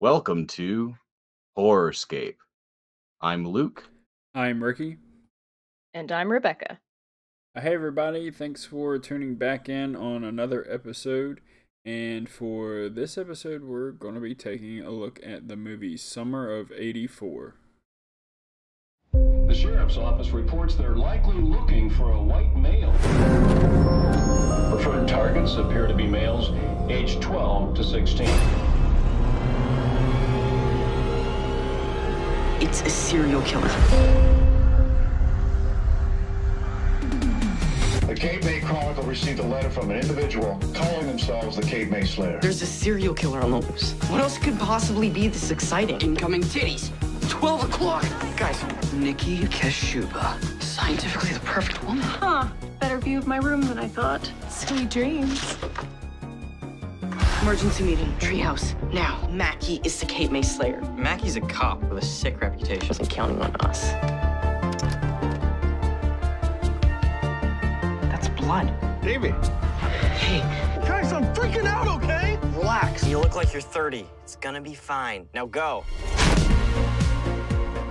Welcome to Horrorscape. I'm Luke. I'm Ricky. And I'm Rebecca. Hey, everybody. Thanks for tuning back in on another episode. And for this episode, we're going to be taking a look at the movie Summer of 84. The sheriff's office reports they're likely looking for a white male. Preferred targets appear to be males aged 12 to 16. It's a serial killer. The Cape May Chronicle received a letter from an individual calling themselves the Cape May Slayer. There's a serial killer on the loose. What else could possibly be this exciting? Incoming titties. 12 o'clock. Guys, Nikki Kashuba. Scientifically the perfect woman. Huh. Better view of my room than I thought. Sweet dreams. Emergency meeting. Treehouse. Now. Mackie is the Cape May Slayer. Mackie's a cop with a sick reputation. Wasn't counting on us. That's blood. Davey. Hey. Guys, I'm freaking out, okay? Relax. You look like you're 30. It's gonna be fine. Now go.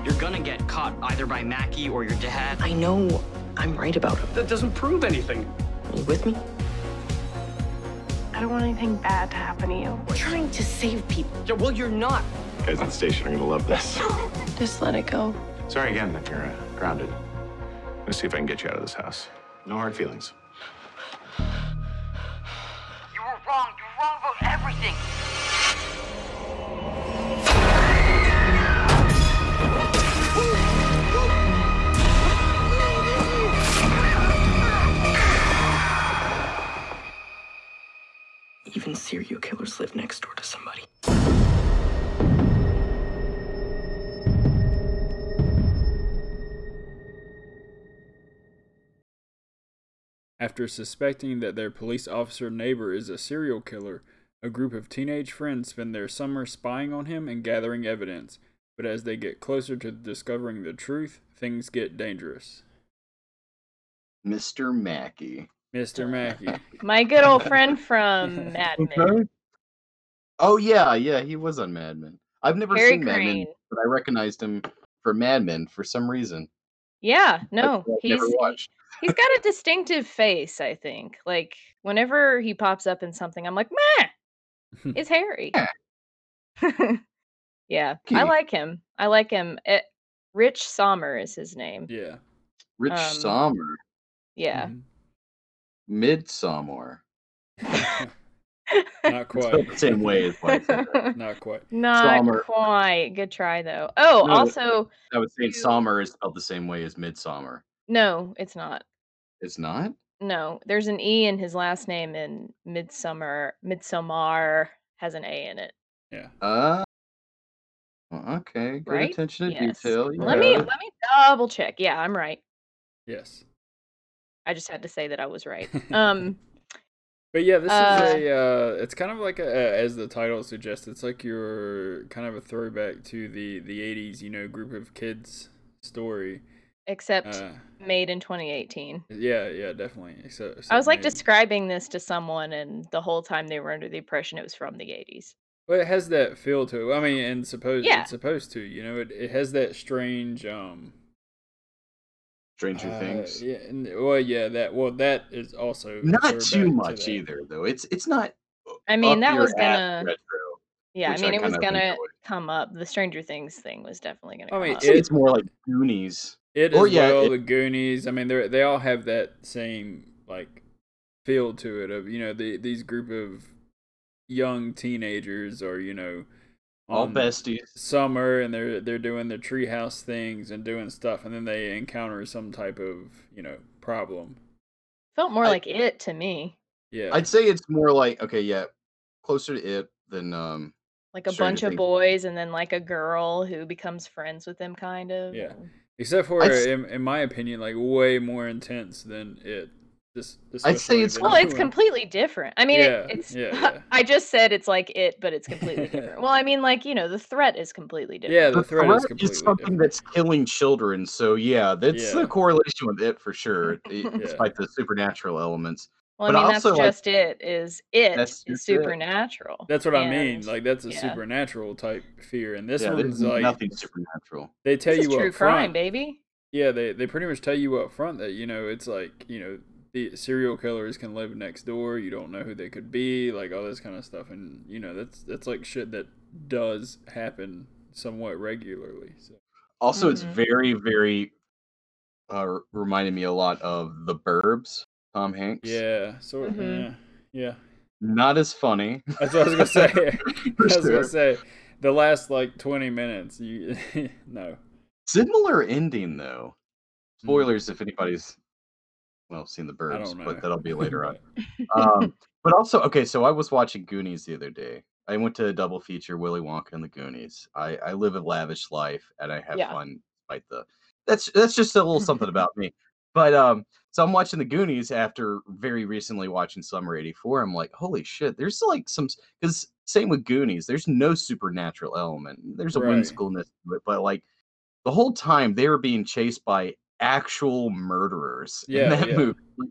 You're gonna get caught either by Mackie or your dad. I know I'm right about him. That doesn't prove anything. Are you with me? I don't want anything bad to happen to you. We're trying to save people. Yeah, well, you're not. Guys at the station are gonna love this. Just let it go. Sorry again that you're uh, grounded. Let's see if I can get you out of this house. No hard feelings. You were wrong. You were wrong about everything. Even serial killers live next door to somebody. After suspecting that their police officer neighbor is a serial killer, a group of teenage friends spend their summer spying on him and gathering evidence. But as they get closer to discovering the truth, things get dangerous. Mr. Mackey. Mr. Mackey. My good old friend from Mad Men. Oh yeah, yeah, he was on Mad Men. I've never Harry seen Mad Men, Crane. but I recognized him for Mad Men for some reason. Yeah, no, I've he's never watched. he's got a distinctive face. I think. Like whenever he pops up in something, I'm like, meh, it's Harry. yeah, I Okay. like him. I like him. Eh, Rich Sommer is his name. yeah. Rich um, Sommer, Yeah, Mhm. Midsommar. Mm-hmm. Not It's quite. spelled the same way as Black Panther. Not quite. not Sommer. quite. Good try though. Oh, No. also, I would say You- Sommer is spelled the same way as Midsummer. no, it's not. It's not. No, there's an E in his last name, and Midsummer, Midsommar has an A in it. Yeah. Uh. well, Okay. Great Right? attention to Yes. detail. Let me yeah. let me double check. Yeah, I'm right. Yes. I just had to say that I was right. Um, But yeah, this is Uh, a. Uh, it's kind of like a, a, as the title suggests. It's like your kind of a throwback to the the '80s, you know, group of kids story. except Uh, made in 2018. yeah, yeah, definitely. Except, I was like just. describing this to someone, and the whole time they were under the impression it was from the 80s. Well, it has that feel to it. I mean, and supposed Yeah. it's supposed to. You know, it, it has that strange. um Stranger uh, Things. Yeah. and- Well, yeah. That. Well, that is also a Not throwback too to much that. either, though. It's it's not. I mean, up that your was ass gonna- retro. Yeah, Which I I mean it was kind of gonna enjoyed. come up. The Stranger Things thing was definitely gonna. I come mean, up. I'd say it's more like Goonies. It Or as yeah, well. it- the Goonies. I mean, they they all have that same like feel to it of you know the, these group of young teenagers are you know All on besties. summer and they're they're doing the treehouse things and doing stuff and then they encounter some type of you know problem. felt more I- like it to me, Yeah. I'd say it's more like okay, yeah, closer to it than um. like a Stranger bunch of Things. boys and then like a girl who becomes friends with them, kind of. Yeah. or- Except for, I'd s- in, in my opinion, like way more intense than it. This, this I'd say especially it's- the Well, new it's one. completely different. I mean, Yeah, it, it's. yeah, yeah. I just said it's like it, but it's completely different. Well, I mean, like you know, the threat is completely different. Yeah, the The threat threat is completely something different. that's killing children, so yeah, that's Yeah. the correlation with it for sure, i- Yeah. despite the supernatural elements. Well, But I mean, that's also, like, just it. Is it that's is just it. supernatural? That's what I and- mean. Like that's a yeah. supernatural type fear, and this yeah, one's there's like nothing supernatural. they tell This is you up true front. crime, baby. Yeah, they they pretty much tell you up front that you know it's like you know the serial killers can live next door. You don't know who they could be, like all this kind of stuff, and you know that's that's like shit that does happen somewhat regularly. So Also, it's Mm-hmm. Mhm. very, very uh, r- reminded me a lot of The Burbs. Tom Hanks. yeah, sort Mhm. yeah, Not as funny. yeah. That's what I was gonna say. I For was gonna sure. say the last like twenty minutes. You no. Similar ending though. Spoilers if anybody's well seen The Burbs, Mm-hmm. don't know. but that'll be later on. um, but also, okay, so I was watching Goonies the other day. I went to a double feature Willy Wonka and the Goonies. I, I live a lavish life and I have Yeah. fun despite the that's that's just a little something about me. But um so I'm watching the Goonies after very recently watching Summer 84. I'm like, holy shit, there's like some because same with Goonies, there's no supernatural element. There's a Right. whimsicalness to it, but like the whole time they were being chased by actual murderers Yeah, in that yeah. movie. Like,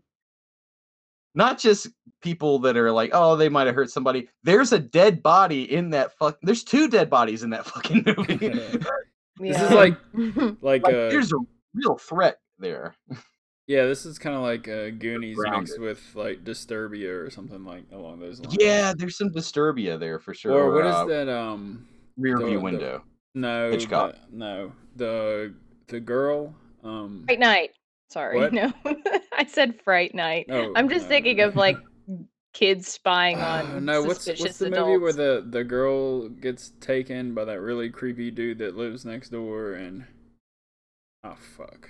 Not just people that are like, oh, they might have hurt somebody. There's a dead body in that fuck. There's two dead bodies in that fucking movie. This is Yeah. like um, like, like, uh, there's a real threat there. Yeah, this is kind of like uh, Goonies mixed Grounded. with like Disturbia or something like along those lines. Yeah, there's some disturbia there for sure. Or what is uh, that? Um, Rear the- view the- window. no, Hitchcock. the- no, the the girl. Um, Fright Night. Sorry, What? no, I said Fright Night. Oh, I'm just no, thinking no. of like kids spying uh, on no, what's suspicious what's the adults. movie where the the girl gets taken by that really creepy dude that lives next door and oh fuck,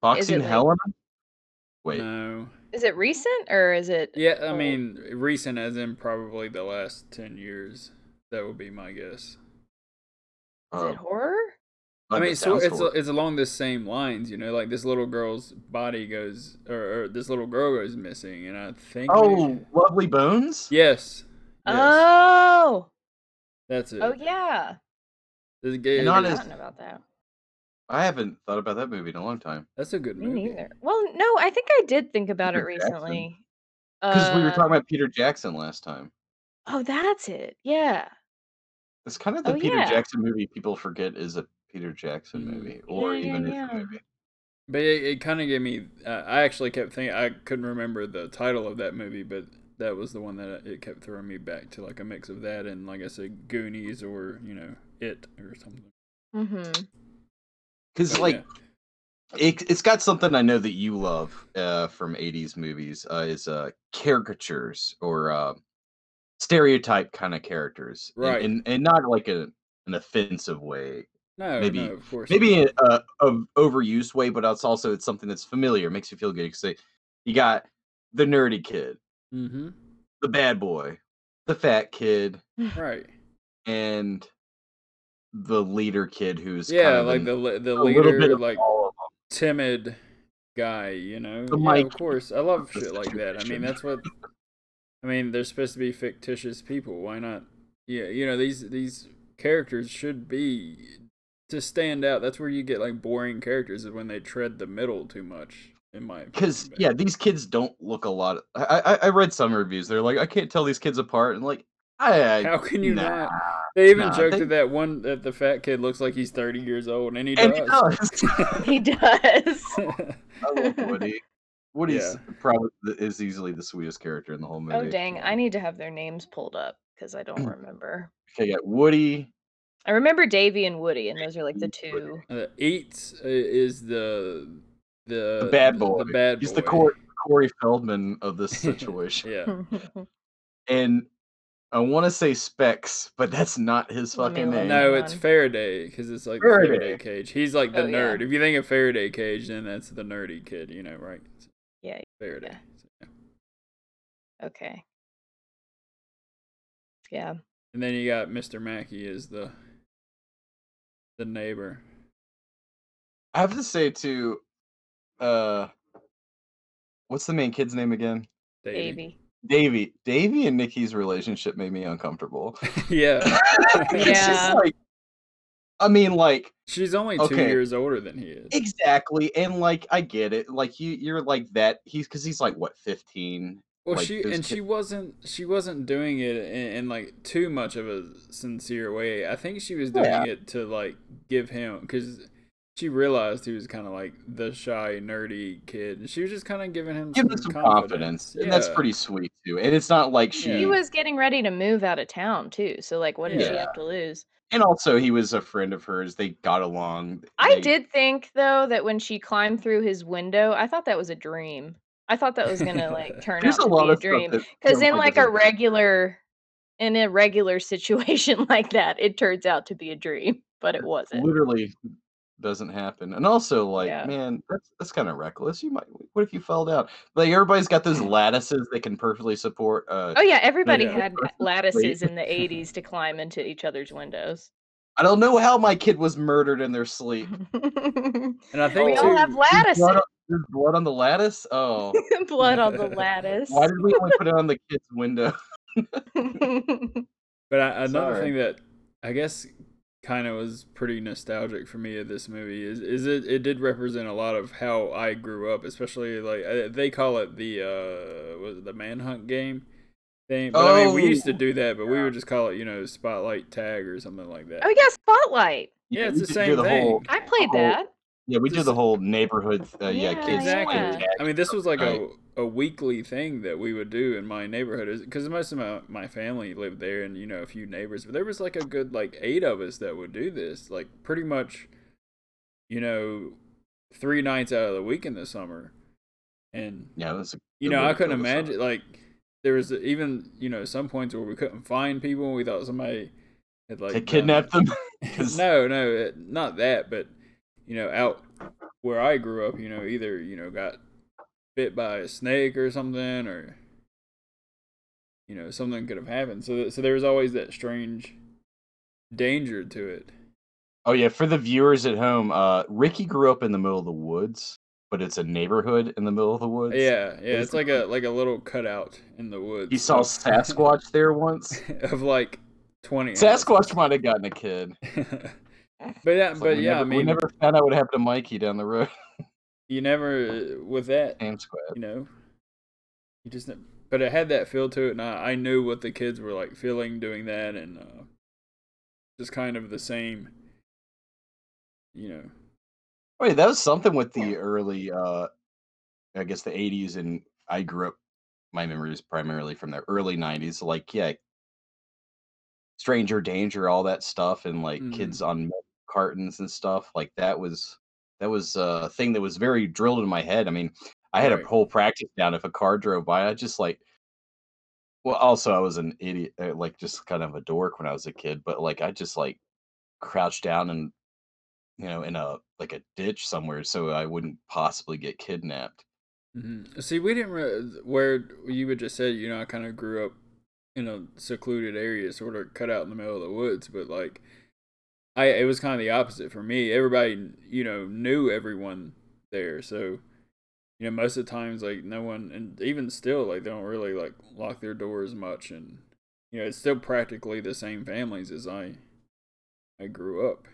Foxy it and like- Helena. Wait, no, Is it recent or is it? yeah, I old? mean recent as in probably the last ten years. That would be my guess. is uh, it horror? I but mean, that so sounds it's horrible. it's along the same lines, you know. Like this little girl's body goes, or, or this little girl goes missing, and I think. oh, maybe- lovely bones. yes, yes, Oh, that's it. oh yeah. This game- And on I his- don't know about that. I haven't thought about that movie in a long time that's a good Me movie. neither. Well, no, I think I did think about it Peter Jackson. recently. because we were Uh, talking about Peter Jackson last time. Oh, that's it. Yeah. It's kind of the oh, Peter yeah. Jackson movie people forget is a Peter Jackson Mhm. movie, or Yeah, yeah, even yeah. is a movie. But it, it kind of gave me. Uh, I actually kept thinking I couldn't remember the title of that movie, but that was the one that it kept throwing me back to, like a mix of that and, like I said, Goonies or you know, It or something. Mm-hmm. Because But like Oh, yeah. it, it's got something I know that you love uh, from '80s movies uh, is uh, caricatures or uh, stereotype kind of characters, and- Right. And, and not like a, an offensive way, no, maybe- no, of course, maybe in not. a, a overused way, but it's also it's something that's familiar, makes you feel good. Because you got the nerdy kid, Mhm. the bad boy, the fat kid, Right. and the leader kid who's kind Yeah, of like in the le- the a little bit leader, of like all of timid guy, you know. The yeah, of mic course. I love is shit the like that. I tradition. mean, that's what I mean, they're supposed to be fictitious people. Why not? Yeah, you know, these these characters should be to stand out. That's where you get like boring characters is when they tread the middle too much in my opinion. because but- yeah these kids don't look a lot I, I i read some reviews they're like i can't tell these kids apart and like i How can you nah. not? They even nah, joked they- at that one that the fat kid looks like he's 30 years old and he and he does. does He does. i love woody woody's Yeah. probably the- is easily the sweetest character in the whole movie oh dang, I need to have their names pulled up because I don't remember. okay yeah woody I remember Davy and Woody, and those are like the Davy and two. Uh, Eats uh, is the the, the bad boy The bad he's boy. the Cor- corey feldman of this situation Yeah. and i want to say specs but that's not his Let me fucking look. name No, it's on. Faraday because it's like the Faraday. Faraday cage. He's like the Oh, yeah. nerd. If you think of Faraday cage, then that's the nerdy kid, you know, right? It's yeah. Faraday. Yeah. Okay. Yeah. And then you got Mr. Mackey is the the neighbor. I have to say too, uh, what's the main kid's name again? Davey. Davy. Davy. Davy and Nikki's relationship made me uncomfortable. yeah. It's just Yeah. like I mean, like She's only two Okay. years older than he is. exactly, and like I get it. Like you, you're like that. He's because he's like what fifteen. Well, Like, she those and ki- she wasn't she wasn't doing it in, in like too much of a sincere way. I think she was doing Oh, Yeah. it to like give him because she realized he was kind of like the shy, nerdy kid, and she was just kind of giving him give some him some confidence. confidence, and that's Yeah. pretty sweet too. And it's not like she. He was getting ready to move out of town too. So like, what did she Yeah. have to lose? And also, he was a friend of hers. They got along. I they- did think though that when she climbed through his window, I thought that was a dream. I thought that was gonna like turn out There's a to lot be a of dream. stuff that Because in totally like a doesn't- regular, in a regular situation like that, it turns out to be a dream, but it wasn't. literally doesn't happen. And also, like, Yeah. man, that's that's kind of reckless. You might. What if you fell down? Like everybody's got those lattices they can perfectly support. Uh, Oh yeah, everybody yeah. had lattices in the '80s to climb into each other's windows. I don't know how my kid was murdered in their sleep. we And I think all too, have There's lattices. blood, on, there's blood on the lattice. Oh, Blood on the lattice. why did we only put it on the kid's window? But I, another Sorry. thing that I guess kind of was pretty nostalgic for me of this movie is is it it did represent a lot of how I grew up, especially like uh, they call it the uh was it the manhunt game thing. But I mean, we used to Oh. do that, but we would just call it you know spotlight tag or something like that. oh yeah, Spotlight. Yeah, we it's the did do same thing. Whole, I played Oh, that. yeah, we did Just- the whole neighborhood. Uh, yeah, Yeah, kids. Exactly. yeah. I mean, this was like a, Right. a weekly thing that we would do in my neighborhood because most of my, my family lived there and, you know, a few neighbors. But there was like a good, like, eight of us that would do this, like, pretty much, you know, three nights out of the week in the summer. And, Yeah, that's a you good know, way I to couldn't kill the summer. imagine, like, there was even, you know, some points where we couldn't find people and we thought somebody had, like, to done it. kidnap them. 'Cause- no, no, it- not that, but you know, out where I grew up, you know, either you know got bit by a snake or something, or you know, something could have happened. So, th- so there was always that strange danger to it. Oh yeah, for the viewers at home, uh, Ricky grew up in the middle of the woods, but it's a neighborhood in the middle of the woods. yeah, yeah, it's it's like a like a little cutout in the woods. he saw of- Sasquatch there once. of like twenty. houses. Sasquatch might have gotten a kid. but yeah, It's like, but we yeah, never, I mean, we never found out what happened to Mikey down the road. you never with that. Damn squad. you know you just ne- but it had that feel to it and I, I knew what the kids were like feeling doing that and uh just kind of the same you know Wait, that was something with the early, uh, I guess the '80s, and I grew up. My memory is primarily from the early '90s. so, Like, yeah, Stranger Danger, all that stuff, and like Mhm. kids on milk cartons and stuff. Like that was that was a thing that was very drilled in my head. I mean, I had Right. a whole practice down. If a car drove by, I just like. Well, also I was an idiot, uh, like just kind of a dork when I was a kid. But like I just like crouched down and you know in a like a ditch somewhere so I wouldn't possibly get kidnapped. Mhm. see we didn't re- where you would just said you know i kind of grew up in a secluded area sort of cut out in the middle of the woods but like i it was kind of the opposite for me everybody you know knew everyone there so you know most of the times like no one and even still like they don't really like lock their doors much and you know it's still practically the same families as i i grew up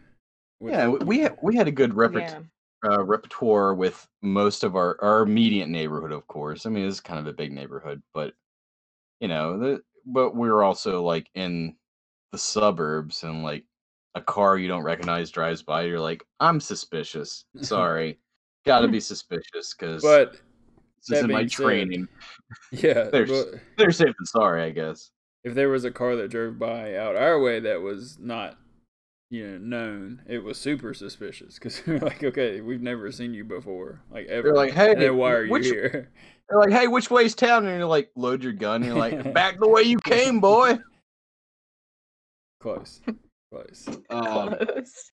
with. Yeah, w- we ha- we had a good repertoire. Yeah. uh, repertoire with most of our our immediate neighborhood, of course. I mean, it's kind of a big neighborhood, but you know, the, but we are also like in the suburbs and like a car you don't recognize drives by, you're like, I'm suspicious. Sorry, gotta be suspicious because but this that is my being said- training. yeah There's- but- They're safe and sorry, I guess. if there was a car that drove by out our way that was not you know known it was super suspicious because we're like okay we've never seen you before like ever like, "Hey, and then why are you which- here They're like, hey, which way's town? And you're like, load your gun. And you're like, back the way you came, boy. close close Oh, Um, Close.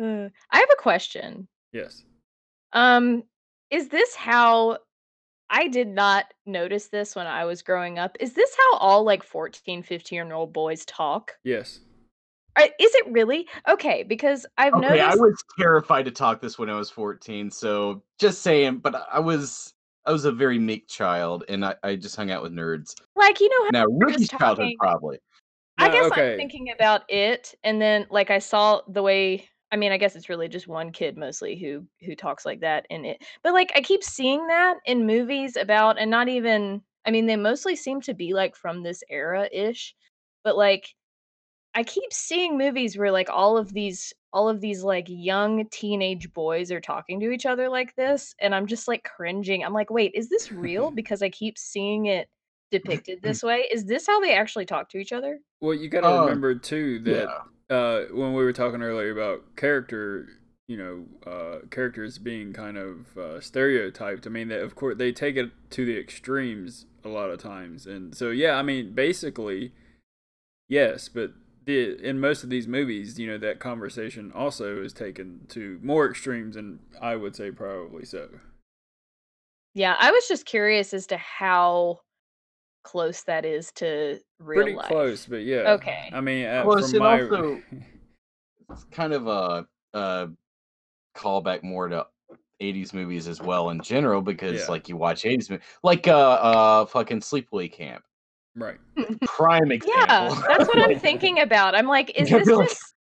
Uh, I have a question. yes Um, is this how I did not notice this when I was growing up? Is this how all like 14, 15 year old boys talk? yes Uh, Is it really? Okay, because I've Okay, I noticed was terrified to talk this when I was 14. So just saying, but I- I was I was a very meek child, and I, I just hung out with nerds. like you know how Now we're Ricky's just childhood talking- probably. I Now, guess okay. I'm thinking about it, and then like I saw the way. I mean, I guess it's really just one kid mostly who who talks like that in it. But like I keep seeing that in movies about, and not even. I mean, they mostly seem to be like from this era ish, but like I keep seeing movies where like all of these all of these like young teenage boys are talking to each other like this and I'm just like cringing. I'm like, "Wait, is this real?" because I keep seeing it depicted this way. Is this how they actually talk to each other? Well, you got to Um, remember too that uh, when we were talking earlier about character, you know, uh, characters being kind of uh, stereotyped. I mean, that of course they take it to the extremes a lot of times, and so yeah, I mean, basically, yes, but the, in most of these movies, you know, that conversation also is taken to more extremes, and I would say probably so. Yeah, I was just curious as to how close that is to real Pretty life. close, but yeah. Okay. I mean, uh, Close from and my also- it's kind of a, a callback more to 80s movies as well in general because Yeah. like you watch 80s movies like uh uh fucking sleepaway camp right. prime example Yeah, that's what uh, I'm thinking about. I'm like, is this Really? just?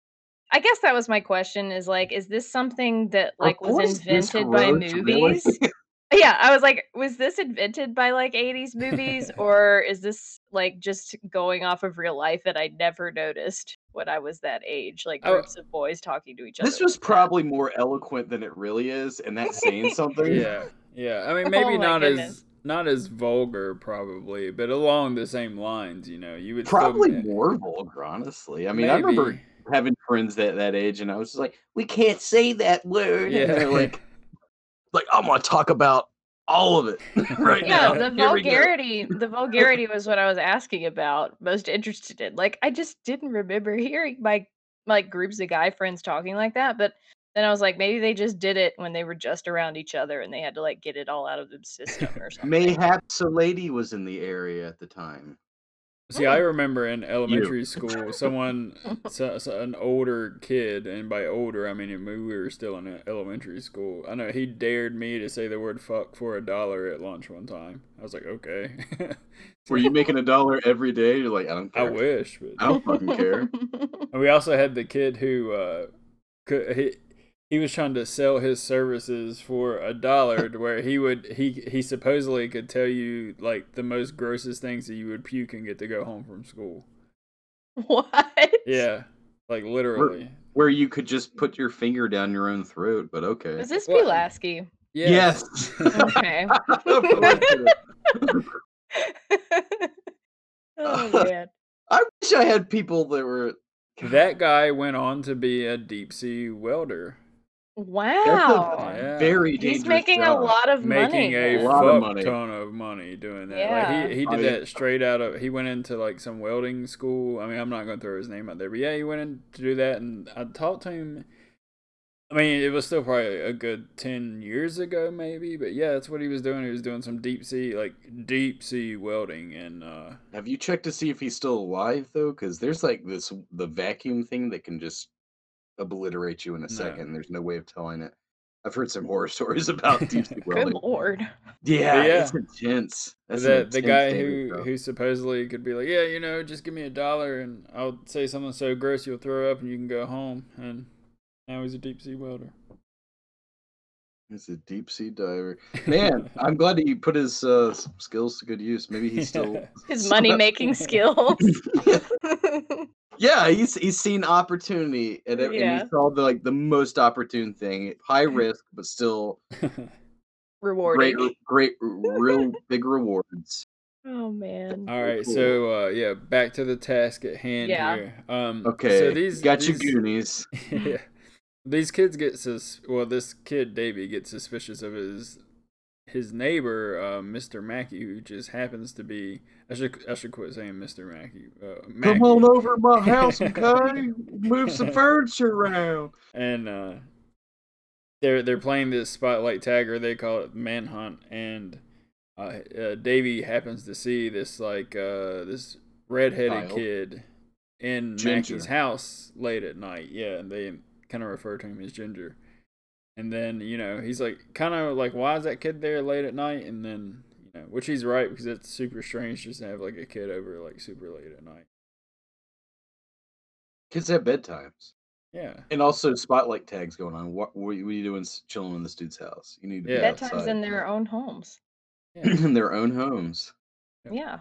I guess that was my question. Is like, is this something that Are like was boys this invented by gross, really? movies? Yeah, I was like, was this invented by like 80s movies, or is this like just going off of real life that I never noticed when I was that age? Like Oh. groups of boys talking to each other. this was probably more eloquent than it really is and that's saying something yeah yeah i mean Oh maybe my not as goodness. not as vulgar probably but along the same lines you know you would probably still, more vulgar honestly i mean i remember Maybe. having friends that that age and i was just like we can't say that word and yeah they're like like i'm gonna talk about all of it right yeah, now the Here we go. vulgarity, the vulgarity was what I was asking about, most interested in. Like, I just didn't remember hearing my like groups of guy friends talking like that. But then I was like, maybe they just did it when they were just around each other and they had to like get it all out of the system or something. Mayhaps a lady was in the area at the time. see i remember in elementary school someone so, so an older kid and by older i mean we were still in elementary school i know he dared me to say the word fuck for a dollar at lunch one time i was like okay Were you making a dollar every day? You're like, I don't i care. wish but I don't fucking care. And we also had the kid who uh, could, he he was trying to sell his services for a dollar, to where he would he he supposedly could tell you like the most grossest things that you would puke and get to go home from school. what? Yeah, like literally. Where you could just put your finger down your own throat, but okay. Was this Well- Pulaski? Yes. Okay. oh man. I wish I had people that were. that guy went on to be a deep sea welder, Wow. Yeah. Very dangerous. He's making job. a lot of making money. a A lot of fuck money. ton of money doing that. Like he Yeah. he I mean- did that straight out of he went into like some welding school. I mean, I'm not going to throw his name out there, but yeah, he went in to do that, and I talked to him. I mean, it was still probably a good ten years ago, maybe, but yeah, that's what he was doing. He was doing some deep sea, like deep sea welding, and uh, Have you checked to see if he's still alive though? Because there's like this the vacuum thing that can just obliterate you in a No. second. There's no way of telling it. I've heard some horror stories about deep sea Good welding. lord. Yeah, yeah. it's intense. That's an the the intense guy dating who show. who supposedly could be like, yeah, you know, just give me a dollar and I'll say something so gross you'll throw up and you can go home. And now he's a deep sea welder. is a deep sea diver. Man, I'm glad that you put his uh, s- skills to good use. Maybe he's still His money making skills. yeah, he's he's seen opportunity and, ev- and Yeah. he saw the like the most opportune thing, high Mm. risk but still great, Rewarding. re- great, r- real big rewards. Oh man. All right, cool. so uh, yeah, back to the task at hand Yeah. here. Um, Okay, so these got these, you Goonies. yeah, these kids get sus. Well, this kid Davy gets suspicious of his his neighbor, uh, Mr. Mackey, who just happens to be. I should I should quit saying Mr. Mackey. Uh, Mackey. Come on over to my house, okay? Move some furniture around. and uh, they're they're playing this spotlight tag or they call it manhunt, and uh, uh, Davy happens to see this like uh, this redheaded Child. kid in Ginger. Mackey's house late at night. Yeah, and they kind of refer to him as Ginger. And then you know he's like kind of like why is that kid there late at night? And then you know which he's right because it's super strange just to have like a kid over like super late at night. Kids have bedtimes. Yeah. And also spotlight tags going on. What, what, are you doing s- chilling in this dude's house? You need to Yeah. be Bedtimes outside. in their own homes. in their own homes. Yeah.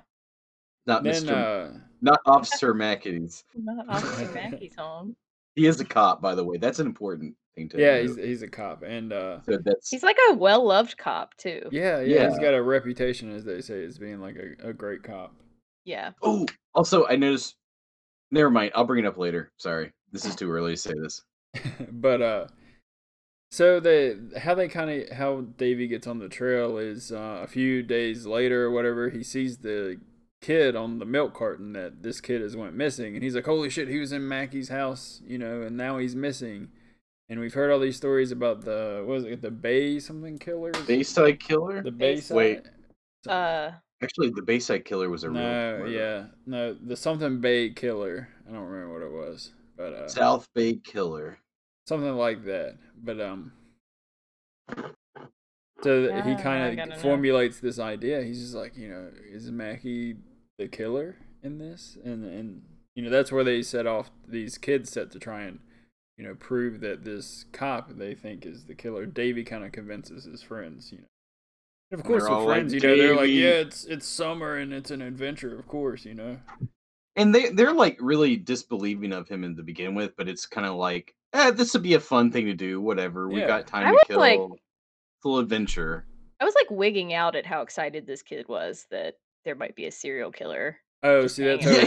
Not Then, Mr. uh, Not Officer Mackey's. Not Officer Mackey's home. He is a cop, by the way. That's an important thing to yeah, note. he's, he's a cop, and uh, So that's He's like a well loved cop too. yeah, yeah, he's Yeah. got a reputation, as they say, as being like a, a great cop. Yeah. oh also I noticed never mind, I'll bring it up later. Sorry. This is too early to say this. but uh so they how they kind of how davy gets on the trail is uh, a few days later or whatever he sees the kid on the milk carton that this kid has went missing and he's like holy shit he was in mackey's house you know and now he's missing and we've heard all these stories about the what was it the bay something killer Bayside killer? the bay Wait. Uh Actually the Bayside killer was a real no murder. yeah no the something bay killer i don't remember what it was but uh South Bay killer. something like that. But um, so that he Ah, I kind gotta know. of formulates this idea. He's just like, you know, is Mackie the killer in this? And and you know that's where they set off these kids set to try and you know prove that this cop they think is the killer. Davy kind of convinces his friends, you know. And of And they're course, all with like, friends, you know, they're like, "Davey." yeah, it's it's summer and it's an adventure, of course, you know. and they they're like really disbelieving of him in to begin with, but it's kind of like, eh, this would be a fun thing to do. Whatever, we Yeah. have got time I to would, kill. like- Full adventure. I was like wigging out at how excited this kid was that there might be a serial killer. Oh, Just see, that saying. Yeah,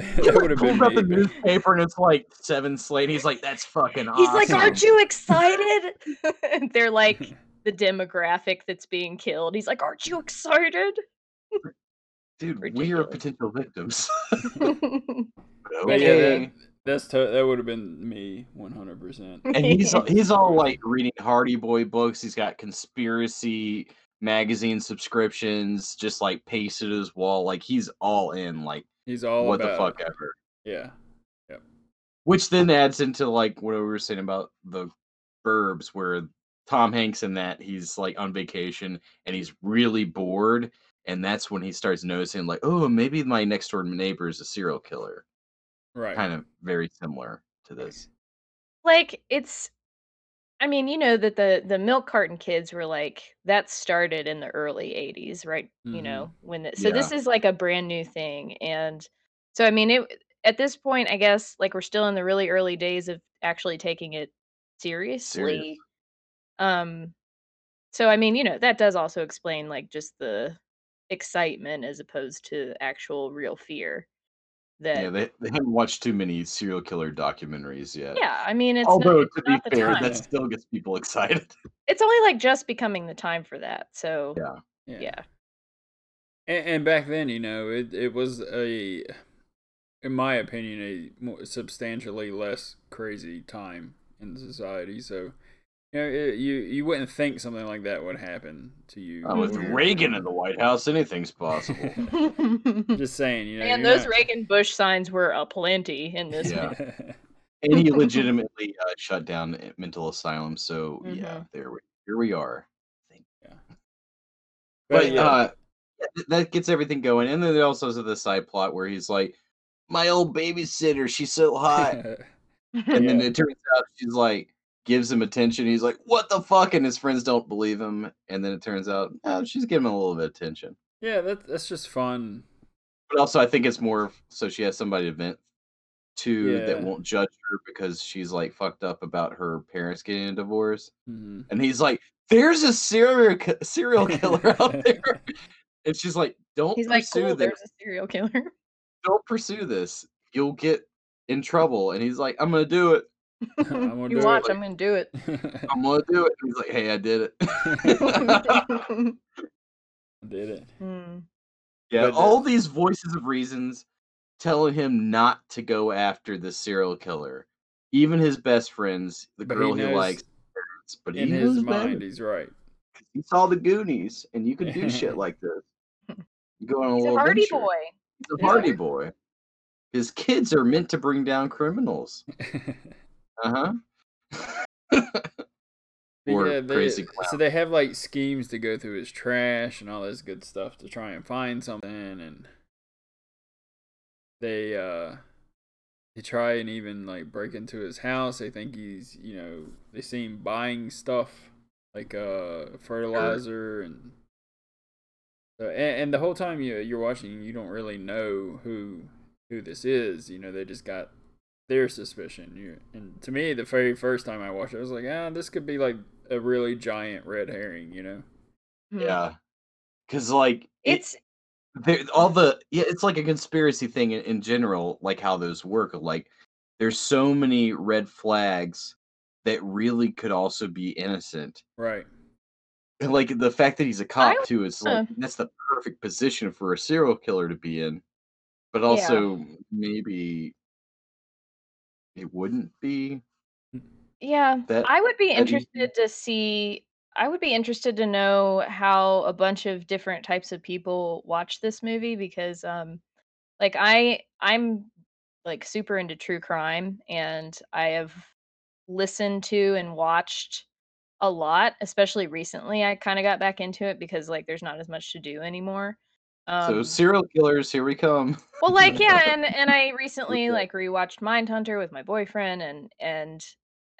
he would have like- been He that like, would have been pulls out the me. but- newspaper and it's like seven slate. He's like, that's fucking awesome. He's like, Aren't you excited? And They're like the demographic that's being killed. He's like, Aren't you excited? dude? We are ridiculous." potential victims. But yeah, okay. that, that's to- that would have been me 100%. and he's all- he's all like reading Hardy Boy books. He's got conspiracy magazine subscriptions just like pasted to his wall. Like he's all in. Like He's all what about the fuck ever. Yeah. Which then adds into like what we were saying about the Burbs, where Tom Hanks in that he's like on vacation and he's really bored, and that's when he starts noticing like, oh, maybe my next door neighbor is a serial killer. Right. Kind of very similar to this. like it's I mean, you know that the the milk carton kids were like that started in the early 80s, right? You Mm-hmm. Mhm. know, when the, so this is like a brand new thing and so I mean, it at this point I guess like we're still in the really early days of actually taking it seriously. Um so I mean, you know, that does also explain like just the excitement as opposed to actual real fear that Yeah, they, they haven't watched too many serial killer documentaries yet. Yeah, I mean, it's not- Although it's to not be the fair, time. that still gets people excited. it's only like just becoming the time for that. So Yeah. Yeah. yeah, And, and back then, you know, it, it was a, in my opinion, a more, substantially less crazy time in society. So, you know, it, you you wouldn't think something like that would happen to you. Oh, with when Mm-hmm. you're- Reagan in the White House, anything's possible. Just saying, you know. and you're those Reagan Bush signs were aplenty in this. Yeah. Yeah. not- and he legitimately uh, shut down a mental asylum. So Mm-hmm. yeah, there we here we are. But, yeah. uh, th- that gets everything going. And then there also is the side plot where he's like, "My old babysitter, she's so hot," and then Yeah. it turns out she's like gives him attention. He's like, "What the fuck?" And his friends don't believe him. And then it turns out oh, she's giving him a little bit of attention. yeah, that, that's just fun. But also, I think it's more of- so she has somebody to vent to that Yeah. won't judge her because she's like fucked up about her parents getting a divorce. hmm And he's like, "There's a serial ki- serial killer out there," and she's like, "Don't He's like, pursue cool, this. there's a serial killer. Don't pursue this. You'll get in trouble." And he's like, "I'm gonna do it. I'm gonna you do watch, it. I'm gonna do it. I'm gonna do it." And he's like, "Hey, I did Oh it." Did it. Mm. yeah, But the- all these voices of reasons telling him not to go after the serial killer, even his best friends, the But he girl he, knows likes. But he in his knows mind, better. he's right. he saw the Goonies, and you can do shit like this. Oh, You go on a He's a little Hardy adventure. boy. He's a Yeah. Hardy boy. His kids are meant to bring down criminals. Uh huh. But Or they, crazy clown. So they have like schemes to go through his trash and all this good stuff to try and find something, and they uh They try and even like break into his house. They think he's, you know, they see him buying stuff like uh fertilizer and so and, and the whole time you you're watching, you don't really know who who this is. You know, they just got their suspicion. You and to me, the very first time I watched it, I was like, ah, this could be like a really giant red herring. You know, Yeah, because like Hmm. It's there, all the yeah, it's like a conspiracy thing in, in general, like how those work. of, Like there's so many red flags that really could also be innocent. right? And, Like the fact that he's a cop would- too is like uh. that's the perfect position for a serial killer to be in. But also maybe it wouldn't be yeah. that I would be that easy. interested to see. I would be interested to know how a bunch of different types of people watch this movie because, um, like I, I'm like super into true crime, and I have listened to and watched a lot, especially recently. I kind of got back into it because like there's not as much to do anymore. Um so serial killers, here we come. well like yeah and and i recently Yeah. like rewatched mindhunter with my boyfriend and and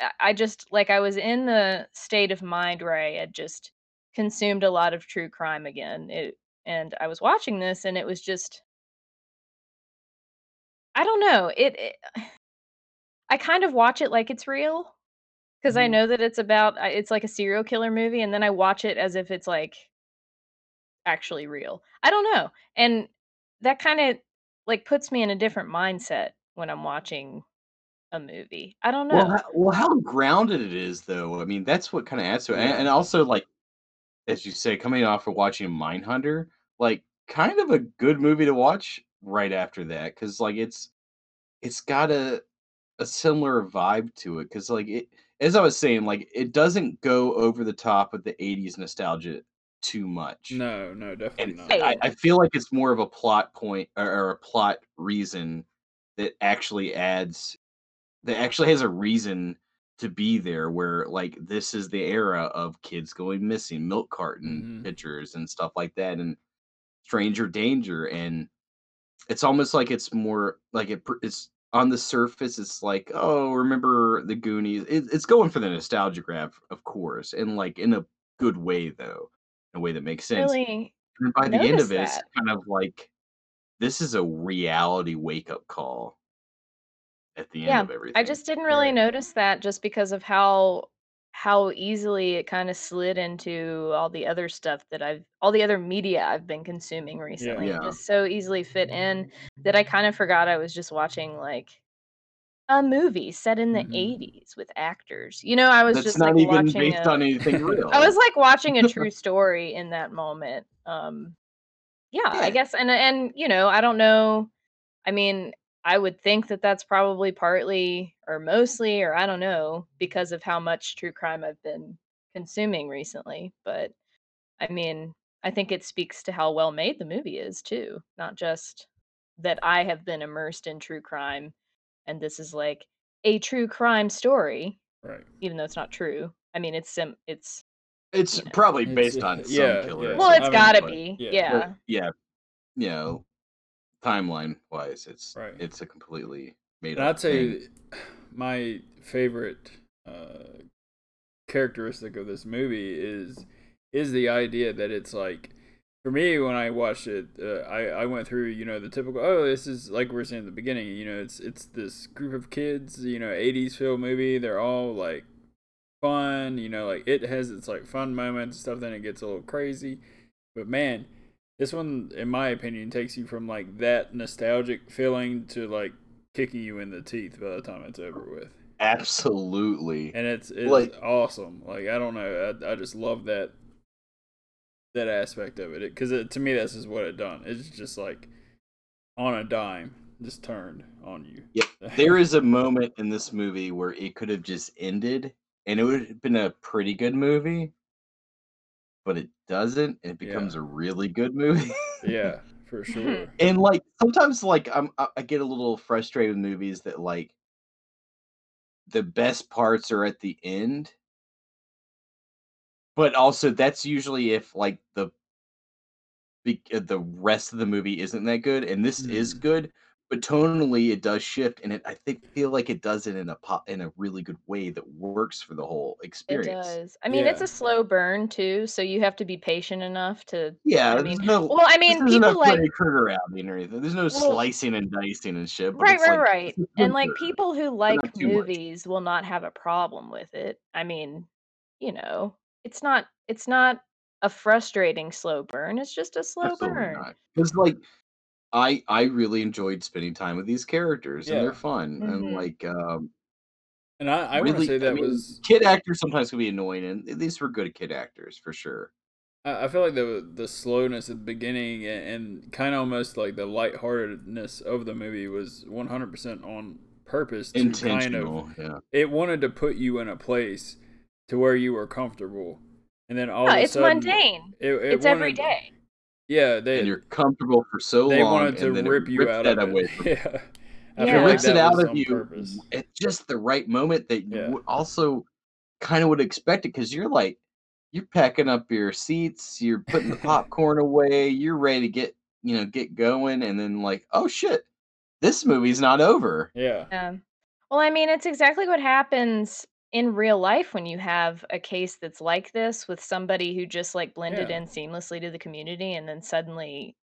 I- i just like i was in the state of mind where i had just consumed a lot of true crime again it and i was watching this and it was just i don't know it, it i kind of watch it like it's real because i Mm-hmm. Mhm. know that it's about I- it's like a serial killer movie and then i watch it as if it's like actually real i don't know and that kind of like puts me in a different mindset when I'm watching a movie. I don't know. Well, how, well, how grounded it is, though. I mean, that's what kind of adds to it. And, Yeah. and also, like, as you say, coming off of watching Mindhunter, like, kind of a good movie to watch right after that because, like, it's it's got a a similar vibe to it because, like, it as I was saying, like, it doesn't go over the top of the '80s nostalgia too much. No, no, And definitely not. Right. I, I feel like it's more of a plot point or, or a plot reason that actually adds that actually has a reason to be there where like this is the era of kids going missing milk carton Mhm. pictures and stuff like that and stranger danger and it's almost like it's more like it, pr- it's on the surface it's like oh remember the goonies it, it's going for the nostalgia grab of course and like in a good way though in a way that makes sense Really? and by the end of it, it's noticed that. kind of like this is a reality wake up call at the end Yeah, of everything. I just didn't really Right. notice that just because of how how easily it kind of slid into all the other stuff that I've all the other media I've been consuming recently. It Yeah. just so easily fit in that I kind of forgot I was just watching like a movie set in the Mhm. 80s with actors. You know, I was Mm-hmm. that's just not like even watching based a- on anything real. I was like watching a true story in that moment. Um yeah, Yeah. I guess and and you know, I don't know. I mean, I would think that that's probably partly or mostly or I don't know because of how much true crime I've been consuming recently, but I mean, I think it speaks to how well made the movie is too, not just that I have been immersed in true crime and this is like a true crime story, Right. even though it's not true. I mean, it's sim it's it's you know. probably It's- based on some yeah, killer. yeah. or well, so it's I something, mean, gotta but- be. yeah. Yeah. but yeah, you know, timeline wise, it's Right. it's a completely made And I'll up tell thing. you, my favorite uh, characteristic of this movie is is the idea that it's like, for me when I watched it, uh, I I went through you know the typical oh this is like we were saying at the beginning you know it's it's this group of kids you know '80s film movie they're all like fun you know like it has its like fun moments and stuff then it gets a little crazy, but man this one in my opinion takes you from like that nostalgic feeling to like kicking you in the teeth by the time it's over with Absolutely. and it's it's Like- awesome like i don't know i, I just love that that aspect of it because it, to me that's just what it done it's just like on a dime just turned on you Yeah, there is a moment in this movie where it could have just ended and it would have been a pretty good movie, but it doesn't, and it Yeah. becomes a really good movie. yeah for sure and like sometimes like I'm, i i get a little frustrated with movies that like the best parts are at the end but also that's usually if like the be- uh, the rest of the movie isn't that good and this is Mm. good but tonally it does shift, and it I think feel like it does it in a po- in a really good way that works for the whole It experience. does. I mean, it's Yeah. a slow burn too, so you have to be patient enough to. Yeah, I there's mean, no. well, I mean, there's people enough like trigger outing or anything. There's no Well- slicing and dicing and shit. But right, it's right, like, right, and like people who not like too much. movies will not have a problem with it. I mean, you know, it's not it's not a frustrating slow burn. It's just a slow burn. Because like I I really enjoyed spending time with these characters and Yeah. they're fun and Mm-hmm. Mhm. like um And I, I want to say that was kid actors sometimes can be annoying and these were good kid actors for sure. I I feel like the the slowness at the beginning and, and kind of almost like the lightheartedness of the movie was 100% on purpose to kind Intentional, of yeah. it wanted to put you in a place to where you were comfortable and then all No, of a it's sudden mundane. it, it it's every wanted- day. yeah they and you're comfortable for so they long wanted to and then rip it you rips out that of it. away from you. yeah I It feel like rips it that out was of on you purpose. at just the right moment that you would also kind of would expect it because you're like you're packing up your seats, you're putting the popcorn away, you're ready to get you know get going, and then like oh shit, this movie's not over. Yeah. Yeah. Well, I mean, it's exactly what happens in real life when you have a case that's like this with somebody who just like blended Yeah. in seamlessly to the community and then suddenly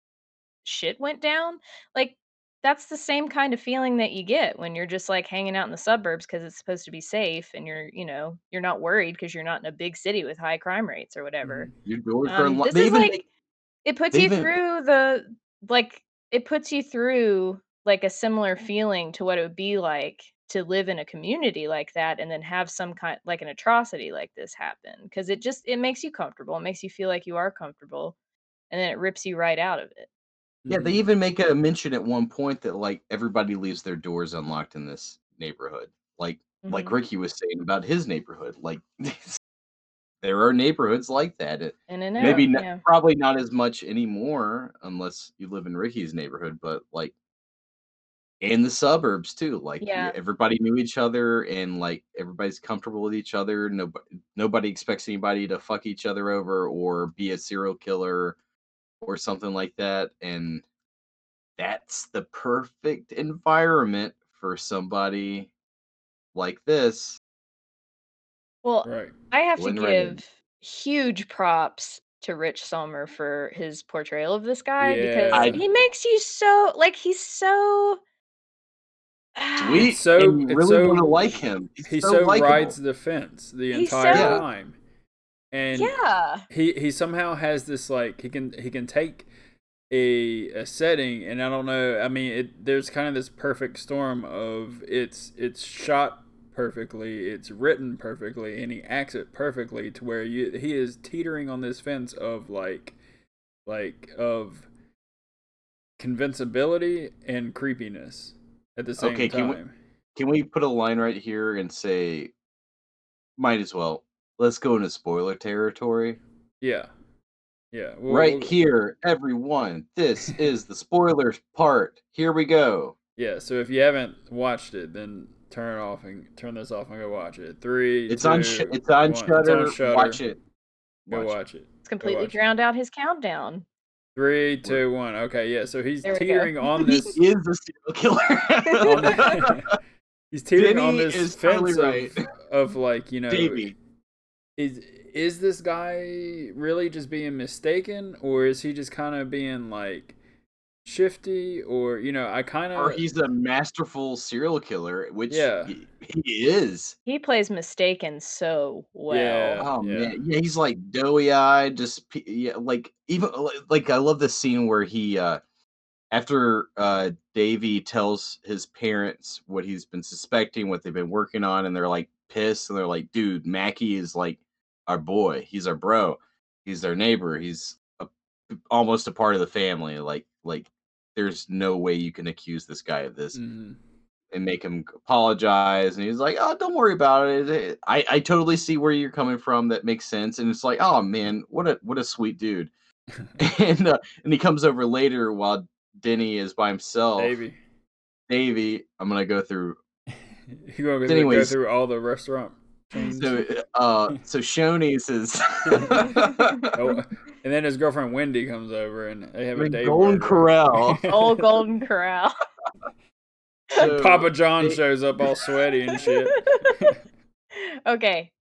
shit went down. Like, that's the same kind of feeling that you get when you're just like hanging out in the suburbs because it's supposed to be safe and you're, you know, you're not worried because you're not in a big city with high crime rates or whatever. You're doing for Um, unlo- this they is even like make- it puts they you even- through the like it puts you through like a similar feeling to what it would be like to live in a community like that and then have some kind like an atrocity like this happen because it just it makes you comfortable it makes you feel like you are comfortable and then it rips you right out of it yeah Mm-hmm. they even make a mention at one point that like everybody leaves their doors unlocked in this neighborhood, like like Mhm. Ricky was saying about his neighborhood, like. There are neighborhoods like that. It- and then maybe out, not, yeah. probably not as much anymore unless you live in Ricky's neighborhood, but like in the suburbs too. Like you- Yeah. everybody knew each other and like everybody's comfortable with each other. Nobody nobody expects anybody to fuck each other over or be a serial killer or something like that. And that's the perfect environment for somebody like this. well Right. i have to Blend give right in. huge props to rich Sommer for his portrayal of this guy because Yeah. I- he makes you so like he's so Sweet. It's so- and you it's really want to so- like him. He's he so, so, likable. rides the fence the He's entire so- Yeah. time and yeah he he somehow has this like he can he can take a a setting and i don't know i mean it there's kind of this perfect storm of it's it's shot perfectly it's written perfectly and he acts it perfectly to where you he is teetering on this fence of like like of convincibility and creepiness at the same Okay, can time we- Can we put a line right here and say, might as well, let's go into spoiler territory? yeah yeah we'll- right we'll- here, everyone, this is the spoiler part. Here we go. Yeah, so if you haven't watched it, then turn it off and turn this off and go watch it. Three, It's on Sh- two, it's on one. It's Shudder. Shudder. Watch it. Watch Go it. watch it. it's completely watch it. drowned out his countdown Three, two, one. Okay, yeah. So he's There we go. teetering on He this. is a serial killer. he's teetering on Denny this is totally fence right. of, of like you know, Davey. is is this guy really just being mistaken, or is he just kind of being like shifty, or you know, I kind of Or he's a masterful serial killer, which Yeah. he, he is. he plays mistaken so well Yeah. Oh yeah. man, yeah, he's like doughy eyed, just pe- yeah, like even li- like I love the scene where he uh after uh Davy tells his parents what he's been suspecting, what they've been working on, and they're like pissed and they're like, dude, Mackie is like our boy, he's our bro, he's their neighbor, he's a, almost a part of the family. Like, like there's no way you can accuse this guy of this Mhm. and make him apologize and he's like oh don't worry about it It- i i totally see where you're coming from that makes sense and it's like oh man what a what a sweet dude and uh, and he comes over later while denny is by himself Davey. davey i'm gonna go through You gonna go, go Anyways. through all the restaurant chains? so uh so shoney's is Oh, and then his girlfriend Wendy comes over and they have a The date. golden Oh, Oh, burger. corral old golden corral So Papa John they- shows up all sweaty and shit. okay.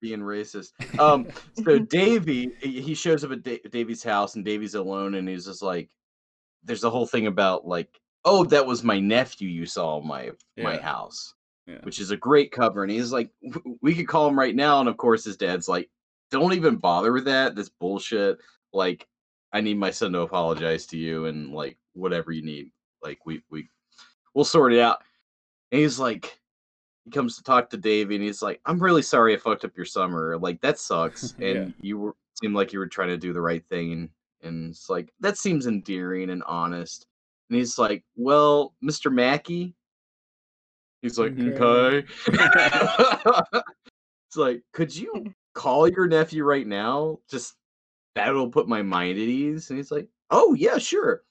being racist. Um, so Davy, he he shows up at Da- Davy's house, and Davy's alone, and he's just like, "There's the whole thing about like, oh, that was my nephew you saw in my my Yeah. house," Yeah. which is a great cover. And he's like, "W- "We could call him right now," and of course, his dad's like, "Don't even bother with that. This bullshit. Like, I need my son to apologize to you, and like whatever you need, like we we we'll sort it out." And he's like, he comes to talk to Davey and he's like, I'm really sorry I fucked up your summer. Like that sucks. Yeah. And you were seemed like you were trying to do the right thing. And, and it's like, that seems endearing and honest. And he's like, Well, Mr. Mackey. He's like, Okay. Okay. it's like, could you call your nephew right now? Just that'll put my mind at ease. And he's like, Oh yeah, sure.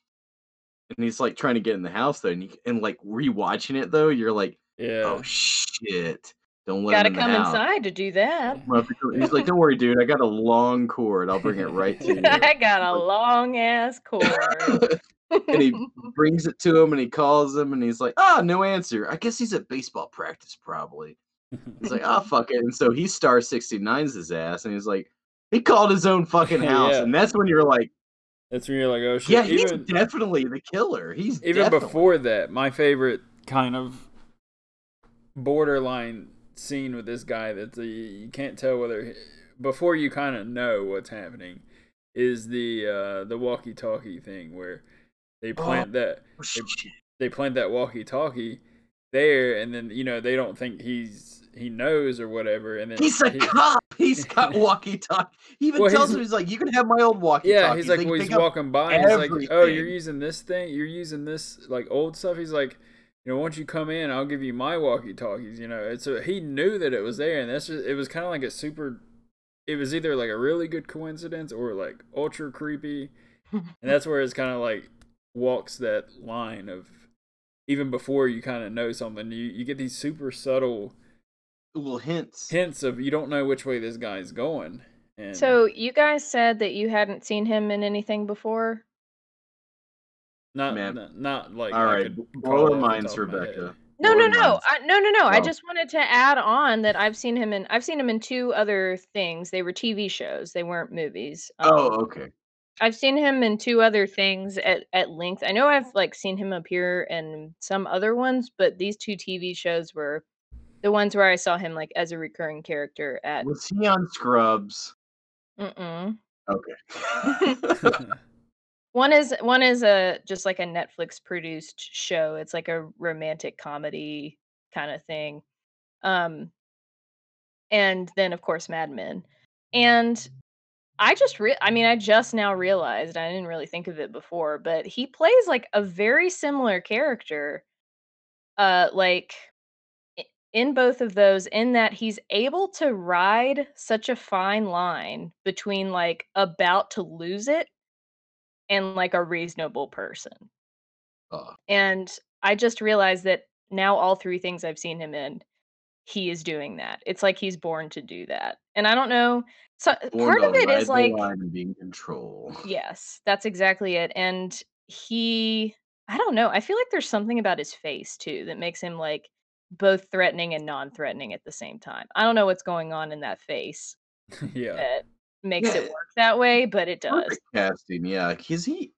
And he's like trying to get in the house though, and you, and like rewatching it though, you're like, Yeah. Oh shit! Don't let Gotta him in come the house. inside to do that. I'm up to go- He's like, "Don't worry, dude. I got a long cord. I'll bring it right to you." I got a long ass cord. and he brings it to him, and he calls him, and he's like, "Ah, no answer. I guess he's at baseball practice, probably." He's like, "Ah, fuck it." And so he star 69s his ass, and he's like, "He called his own fucking house," Yeah. and that's when you're like, That's when you're like, oh shit. "Yeah, he's even definitely the killer. He's even definitely- before that, my favorite kind of borderline scene with this guy that the, you can't tell whether before you kind of know what's happening is the uh, the walkie-talkie thing where they plant that Oh, shit. they plant that walkie-talkie there, and then you know they don't think he's he knows or whatever, and then He's a he- cop. He's got walkie talkie. He even Well, he's- tells him, he's like, you can have my old walkie talkie. Yeah, he's like, well, he's walking by. And he's like, oh, you're everything. using this thing. You're using this like old stuff. He's like, you know, once you come in, I'll give you my walkie talkies. You know, and so he knew that it was there, and that's just it was kind of like a super. It was either like a really good coincidence or like ultra creepy, and that's where it's kind of like walks that line of even before you kind of know something, you you get these super subtle little hints. hints of you don't know which way this guy's going. And so you guys said that you hadn't seen him in anything before. Not, Man. not, not like. All I right, could b- call blow off our the minds, top of my head. Rebecca. No, Blow no, our no, minds. I, no, no, no. I No. just wanted to add on that I've seen him in. I've seen him in two other things. They were TV shows. They weren't movies. Oh, Um, okay. I've seen him in two other things at, at length. I know I've like seen him appear in some other ones, but these two TV shows were the ones where I saw him like as a recurring character at Was he on Scrubs? mm-mm. Okay. one is one is a just like a Netflix produced show. It's like a romantic comedy kind of thing. Um and then of course Mad Men. And I just re- I mean I just now realized I didn't really think of it before, but he plays like a very similar character uh like i- in both of those in that he's able to ride such a fine line between like about to lose it and like a reasonable person. Oh. And I just realized that now all three things I've seen him in, he is doing that. It's like he's born to do that. And I don't know. So Born part to of it ride is the like line and be in control. yes, that's exactly it. And he I don't know. I feel like there's something about his face too that makes him like both threatening and non-threatening at the same time. I don't know what's going on in that face yeah. that makes it Yeah. work that way, but it does. Perfect casting, yeah, because he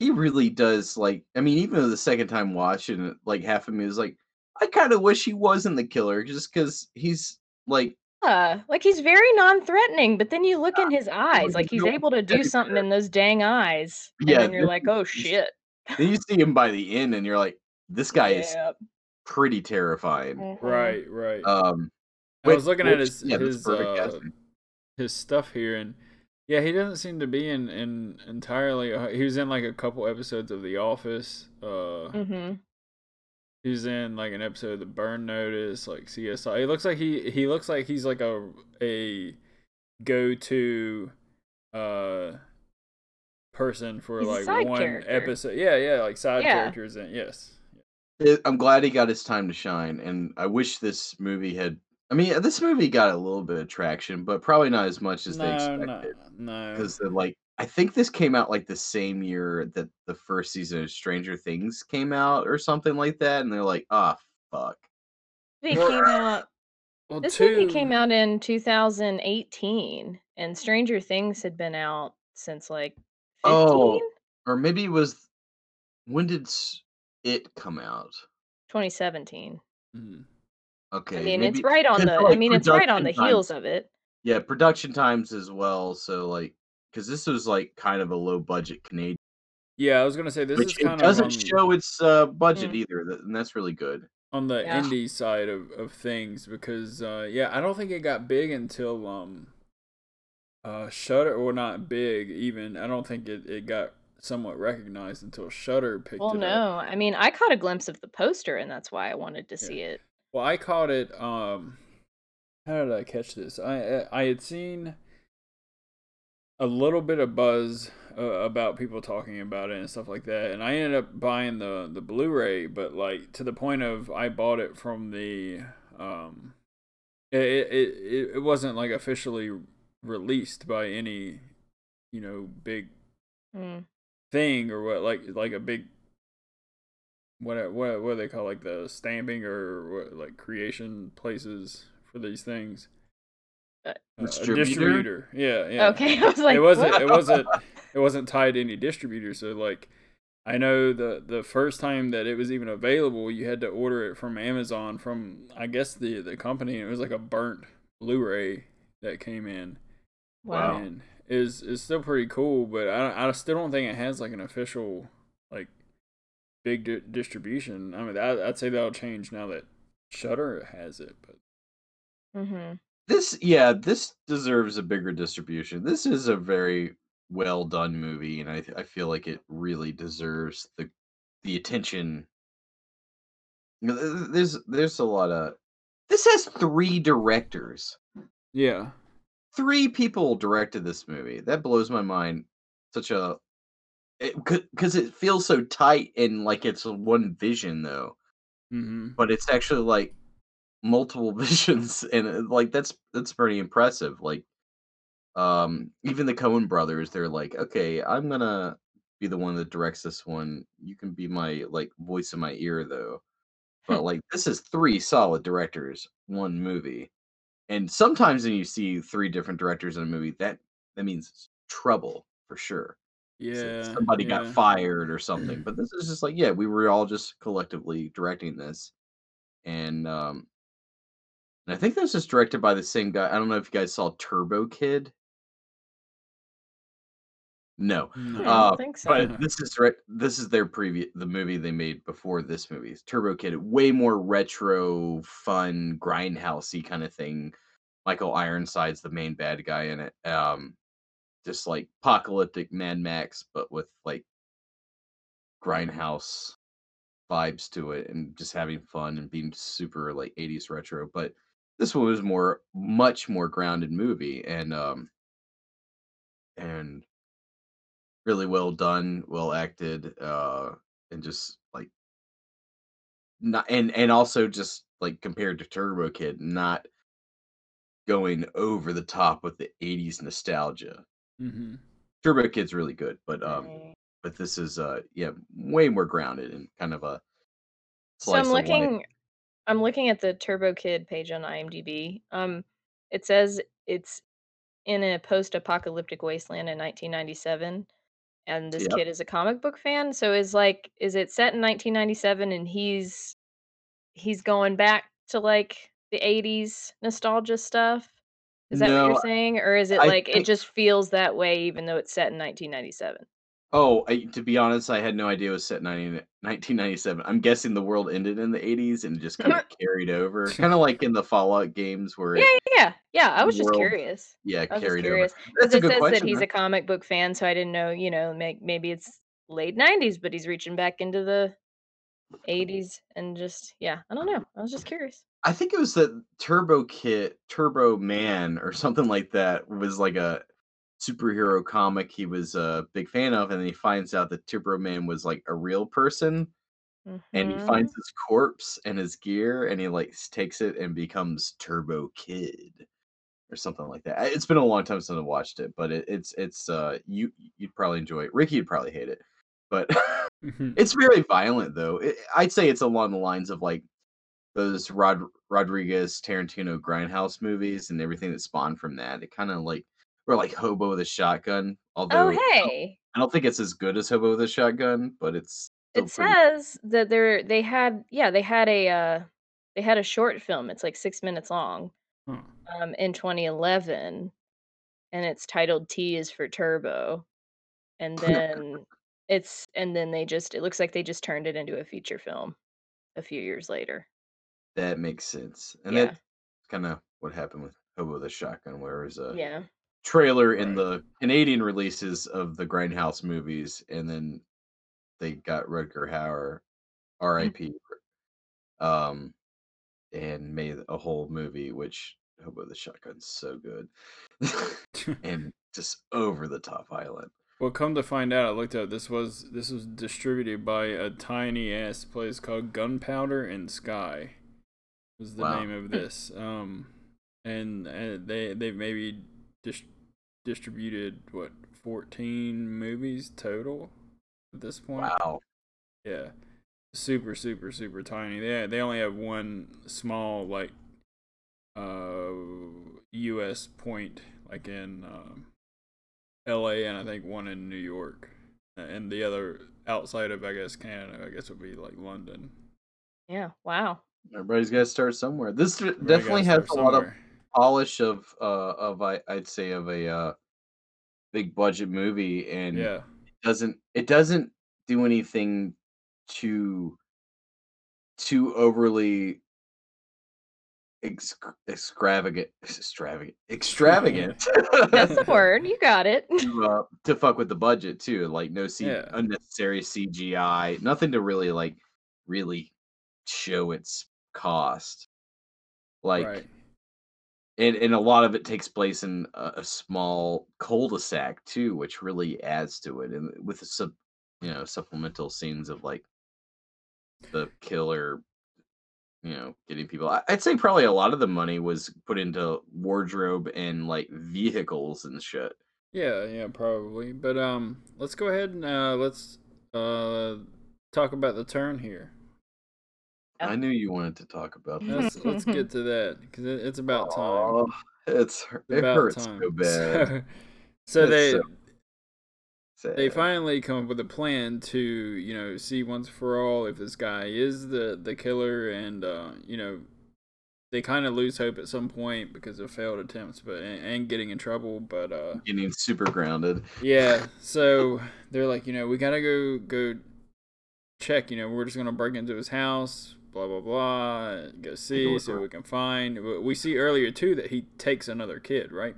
he really does like. I mean, even the second time watching it, like half of me is like, I kind of wish he wasn't the killer, just because he's like, Yeah, like he's very non-threatening, but then you look in his eyes, he's like he's real able to do teddy something bear. in those dang eyes, and Yeah, then you're this like, "Oh is- shit!" then you see him by the end, and you're like, this guy is Yep. pretty terrifying. Mhm. Right. Right. Um, I was which- looking at which- his yeah, that's his perfect uh, casting. his stuff here, and yeah, he doesn't seem to be in in entirely. Uh, he was in like a couple episodes of The Office. Uh, Mhm. he was in like an episode of The Burn Notice, like CSI. It looks like he he looks like he's like a a go to uh person for He's a like side one character. episode. Yeah. Yeah. Like side Yeah. characters, and yes. it, eh, I'm glad he got his time to shine, and I wish this movie had. I mean, this movie got a little bit of traction, but probably not as much as they no, expected no, no. because the like I think this came out like the same year that the first season of Stranger Things came out or something like that, and they're like, ah, fuck. It came out. this movie came out in 2018, and Stranger Things had been out since like 15. Oh, or maybe it was when did s- it come out? 2017. Mm-hmm. Okay, I mean, it's maybe- right on it's the. I like mean, it's right on the production heels times. of it. Yeah, production times as well. So like, because this was like kind of a low budget Canadian, Yeah, I was gonna say this which is kind it of doesn't on, show its uh, budget Mm. either, th- and that's really good. on the Yeah. indie side of, of things because uh, yeah, I don't think it got big until um uh Shutter or not big even. I don't think it, it got somewhat recognized until Shutter picked Well, it no, up. I mean, I caught a glimpse of the poster, and that's why I wanted to see it. Well, I caught it. Um, how did I catch this? I I I had seen a little bit of buzz uh, about people talking about it and stuff like that, and I ended up buying the the Blu-ray, but like to the point of I bought it from the um, it it it, it wasn't like officially released by any you know big Mm. thing or what like like a big what what what do they call like the stamping or what, like creation places for these things Uh, a Distributor? distributor. yeah yeah Okay, I was like, it wasn't it "Whoa." wasn't it wasn't tied to any distributor so like i know the the first time that it was even available you had to order it from amazon from i guess the the company and it was like a burnt blu-ray that came in Wow. and is is still pretty cool, but I I still don't think it has like an official like big di- distribution. I mean, I, I'd say that'll change now that Shutter has it. But Mm-hmm. This, yeah, this deserves a bigger distribution. This is a very well done movie, and I I feel like it really deserves the the attention. You know, th- th- There's there's a lot of this has three directors. yeah, three people directed this movie. That blows my mind. Such a because it, feels so tight and like it's one vision though, mm-hmm. but it's actually like multiple visions and uh, like that's that's pretty impressive. Like um even the Cohen brothers, they're like, okay, I'm gonna be the one that directs this one. You can be my like voice in my ear though. But like this is three solid directors, one movie and sometimes when you see three different directors in a movie that that means it's trouble for sure It's like yeah, somebody got yeah. fired or something but this is just like yeah we were all just collectively directing this and um and i think this is directed by the same guy i don't know if you guys saw turbo kid no No. I don't uh, think so. so. but this is direct, this is their previous the movie they made before this movie. It's Turbo Kid, way more retro, fun, grindhousey kind of thing. Michael Ironside's the main bad guy in it. Um, just like apocalyptic Mad Max, but with like grindhouse vibes to it, and just having fun and being super like '80s retro. But this one was more, much more grounded movie, and um, and really well done, well acted, uh, and just like not and and also just like compared to Turbo Kid, not going over the top with the '80s nostalgia. hmm Turbo Kid's really good, but um, but this is uh, yeah, way more grounded and kind of a So I'm slice of life. looking I'm looking at the Turbo Kid page on IMDb. Um it says it's in a post-apocalyptic wasteland in 1997 and this Yep. kid is a comic book fan, so is like is it set in 1997 and he's he's going back to like the 80s nostalgia stuff? Is that what No, you're saying or is it I like it think- just feels that way even though it's set in 1997? Oh, I, to be honest, I had no idea it was set in 19 1997. I'm guessing the world ended in the 80s and just kind of carried over, kind of like in the Fallout games where Yeah, it, yeah, yeah. Yeah, I was just World- curious. yeah, I was just carried over. curious. That's Because a it good says that question. he's though. a comic book fan, so I didn't know, you know, may- maybe it's late 90s, but he's reaching back into the 80s and just, yeah, I don't know. I was just curious. I think it was that Turbo Kit, Turbo Man, or something like that was like a superhero comic he was a big fan of, and then he finds out that Turbo Man was like a real person, and he Mhm. finds his corpse and his gear, and he like s- takes it and becomes Turbo Kid. or something like that. I- It's been a long time since I watched it, but it, it's it's uh you you'd probably enjoy it. Ricky would probably hate it, but Mm-hmm. it's very violent though. It, I'd say it's along the lines of like those Rod Rodriguez Tarantino Grindhouse movies and everything that spawned from that. It kind of like or like Hobo with a Shotgun. Although Oh I don't- hey. I don't think it's as good as Hobo with a Shotgun, but it's still It pretty- says that they're they had yeah, they had a uh they had a short film. It's like 6 minutes long Huh. um in 2011 and it's titled T is for Turbo. And then it's and then they just it looks like they just turned it into a feature film a few years later. that makes sense, and Yeah. that's kind of what happened with Hobo with a Shotgun, where it was a yeah. trailer in the Canadian releases of the Grindhouse movies, and then they got Rutger Mm. Hauer, R.I.P. Um, and made a whole movie, which Hobo the Shotgun's so good, and just over the top violent. Well, come to find out, I looked up. This was this was distributed by a tiny ass place called Gunpowder and Sky. Was the Wow. name of this? Um, and, and they they maybe dis- distributed what fourteen movies total at this point. Wow. Yeah, super super super tiny. They they only have one small like uh U.S. point like in um, L.A. and I think one in New York, A- and the other outside of I guess Canada. I guess would be like London. Yeah. Wow. Everybody's got to start somewhere. This d- Everybody definitely gotta has a start lot of somewhere. polish of uh of I, I'd say of a uh big budget movie and Yeah, doesn't it doesn't do anything too too overly ex- extravagant extravagant extravagant That's the word. You got it. to, uh, to fuck with the budget too like no C- Yeah. unnecessary cgi nothing to really like really show its cost like right. and, and a lot of it takes place in a, a small cul-de-sac too which really adds to it and with the sub you know supplemental scenes of like the killer you know getting people I- i'd say probably a lot of the money was put into wardrobe and like vehicles and shit Yeah, yeah, probably. But um, let's go ahead and uh, let's uh talk about the turn here. Yeah. i knew you wanted to talk about this Let's let's get to that because it, it's about time. Oh, it's hur- It's it about hurts time. so bad So, so That's they so they Sad. finally come up with a plan to you know see once for all if this guy is the the killer and uh, you know they kind of lose hope at some point because of failed attempts but and, and getting in trouble but uh getting super grounded yeah so they're like you know we gotta go go check you know we're just gonna break into his house blah blah blah go see look see what around. we can find We- we see earlier too that he takes another kid right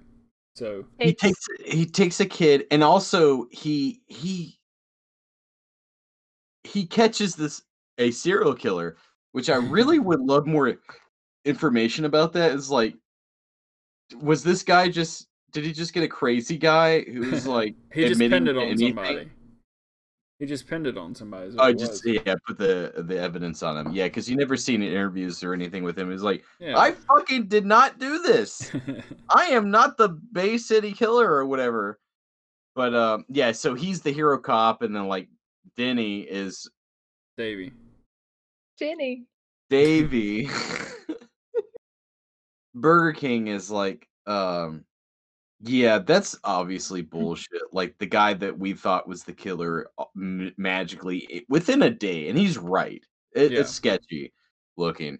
so he takes he takes a kid and also he he he catches this a serial killer which i Mm-hmm. really would love more information about that is like was this guy just did he just get a crazy guy who's like he just admitting pinned it to on anything? somebody he just pinned it on somebody is what I it was. just yeah put the the evidence on him yeah because you never seen interviews or anything with him he's like Yeah. i fucking did not do this I am not the Bay City killer or whatever. But um, yeah, so he's the hero cop, and then like Denny is Davey. Jenny. Davy. Burger King is like, um, yeah, that's obviously Mm. bullshit. Like the guy that we thought was the killer uh, m- magically i- within a day, and he's right. It, Yeah. It's sketchy looking.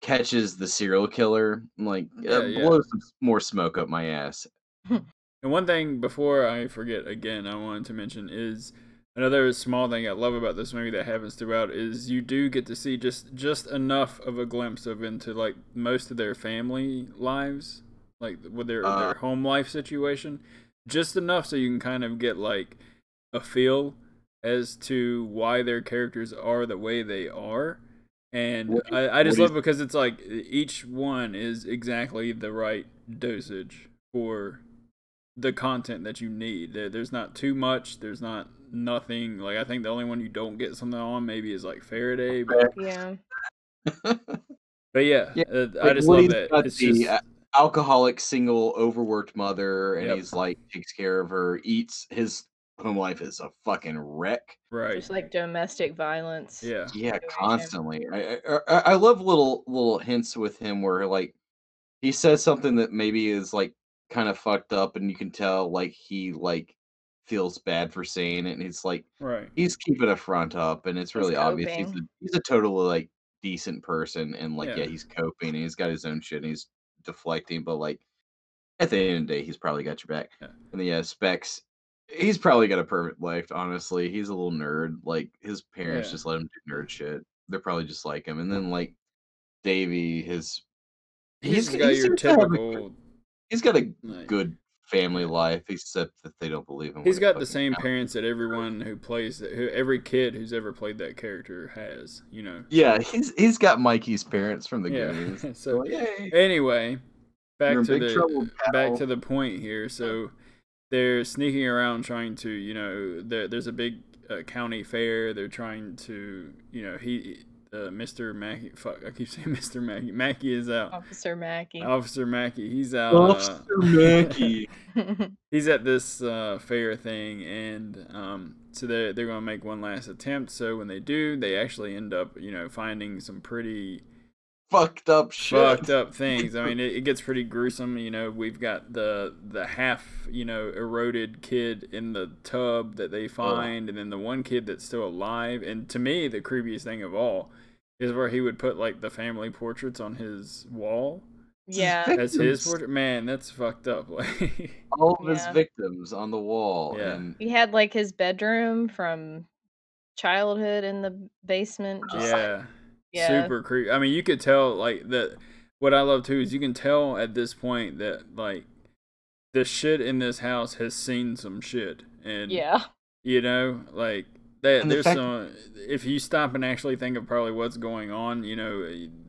Catches the serial killer, I'm like Yeah, uh, yeah. blow some s- more smoke up my ass. And one thing before I forget again, I wanted to mention is another small thing I love about this movie that happens throughout is you do get to see just just enough of a glimpse of into like most of their family lives, like with their their Uh. home life situation, just enough so you can kind of get like a feel as to why their characters are the way they are. And What do I, I just what do you love because it's like each one is exactly the right dosage for the content that you need. There, there's not too much. There's not nothing. Like I think the only one you don't get something on maybe is like Faraday. But, Yeah. but yeah, Yeah, uh, I Like, Woody's just uh, love that. got It's the, just uh, alcoholic, single, overworked mother, and Yep. he's like takes care of her, eats his home life is a fucking wreck. Right. Just like domestic violence. Yeah. Yeah, Situation. constantly. I, I I I love little little hints with him where like he says something that maybe is like kind of fucked up, and you can tell like he like feels bad for saying it, and it's like Right. he's keeping a front up, and it's He's really obvious he's a, coping. he's a totally like decent person, and like yeah. Yeah. he's coping, and he's got his own shit, and he's deflecting, but like at the end of the day, he's probably got your back. Yeah. And then, yeah, Specs, he's probably got a perfect life. Honestly, he's a little nerd. Like his parents Yeah. just let him do nerd shit. They're probably just like him. And then like Davey, his he's- He's, got he your seems to have a- typical. he's got a like- good family life, except that they don't believe him. when He's it got the fucking same counts. parents that everyone who plays that, who every kid who's ever played that character has. You know. Yeah, he's he's got Mikey's parents from the Yeah. Goonies. so Like, "Hey, anyway, back You're in to big the trouble, back pal." to the point here. So they're sneaking around trying to, you know, there, there's a big uh, county fair. They're trying to, you know, he, uh, Mr. Mackey. Fuck, I keep saying Mr. Mackey. Mackey is out. Officer Mackey. Officer Mackey, he's out. uh, Officer Mackey. he's at this uh, fair thing, and um, so they're, they're going to make one last attempt. So when they do, they actually end up, you know, finding some pretty fucked up shit. fucked up things. I mean, it, it gets pretty gruesome. You know, we've got the the half you know eroded kid in the tub that Oh, they find, and then the one kid that's still alive. And to me, the creepiest thing of all is where he would put like the family portraits on his wall. It's his yeah. That's his victims. portrait. Man, that's fucked up. Like, All of his Yeah. victims on the wall. Yeah. And He had like his bedroom from childhood in the basement. Just like, yeah. yeah. super creepy. I mean, you could tell like that. What I love too is you can tell at this point that like the shit in this house has seen some shit, and yeah. you know, like that. And the there's fact- some. If you stop and actually think of probably what's going on, you know,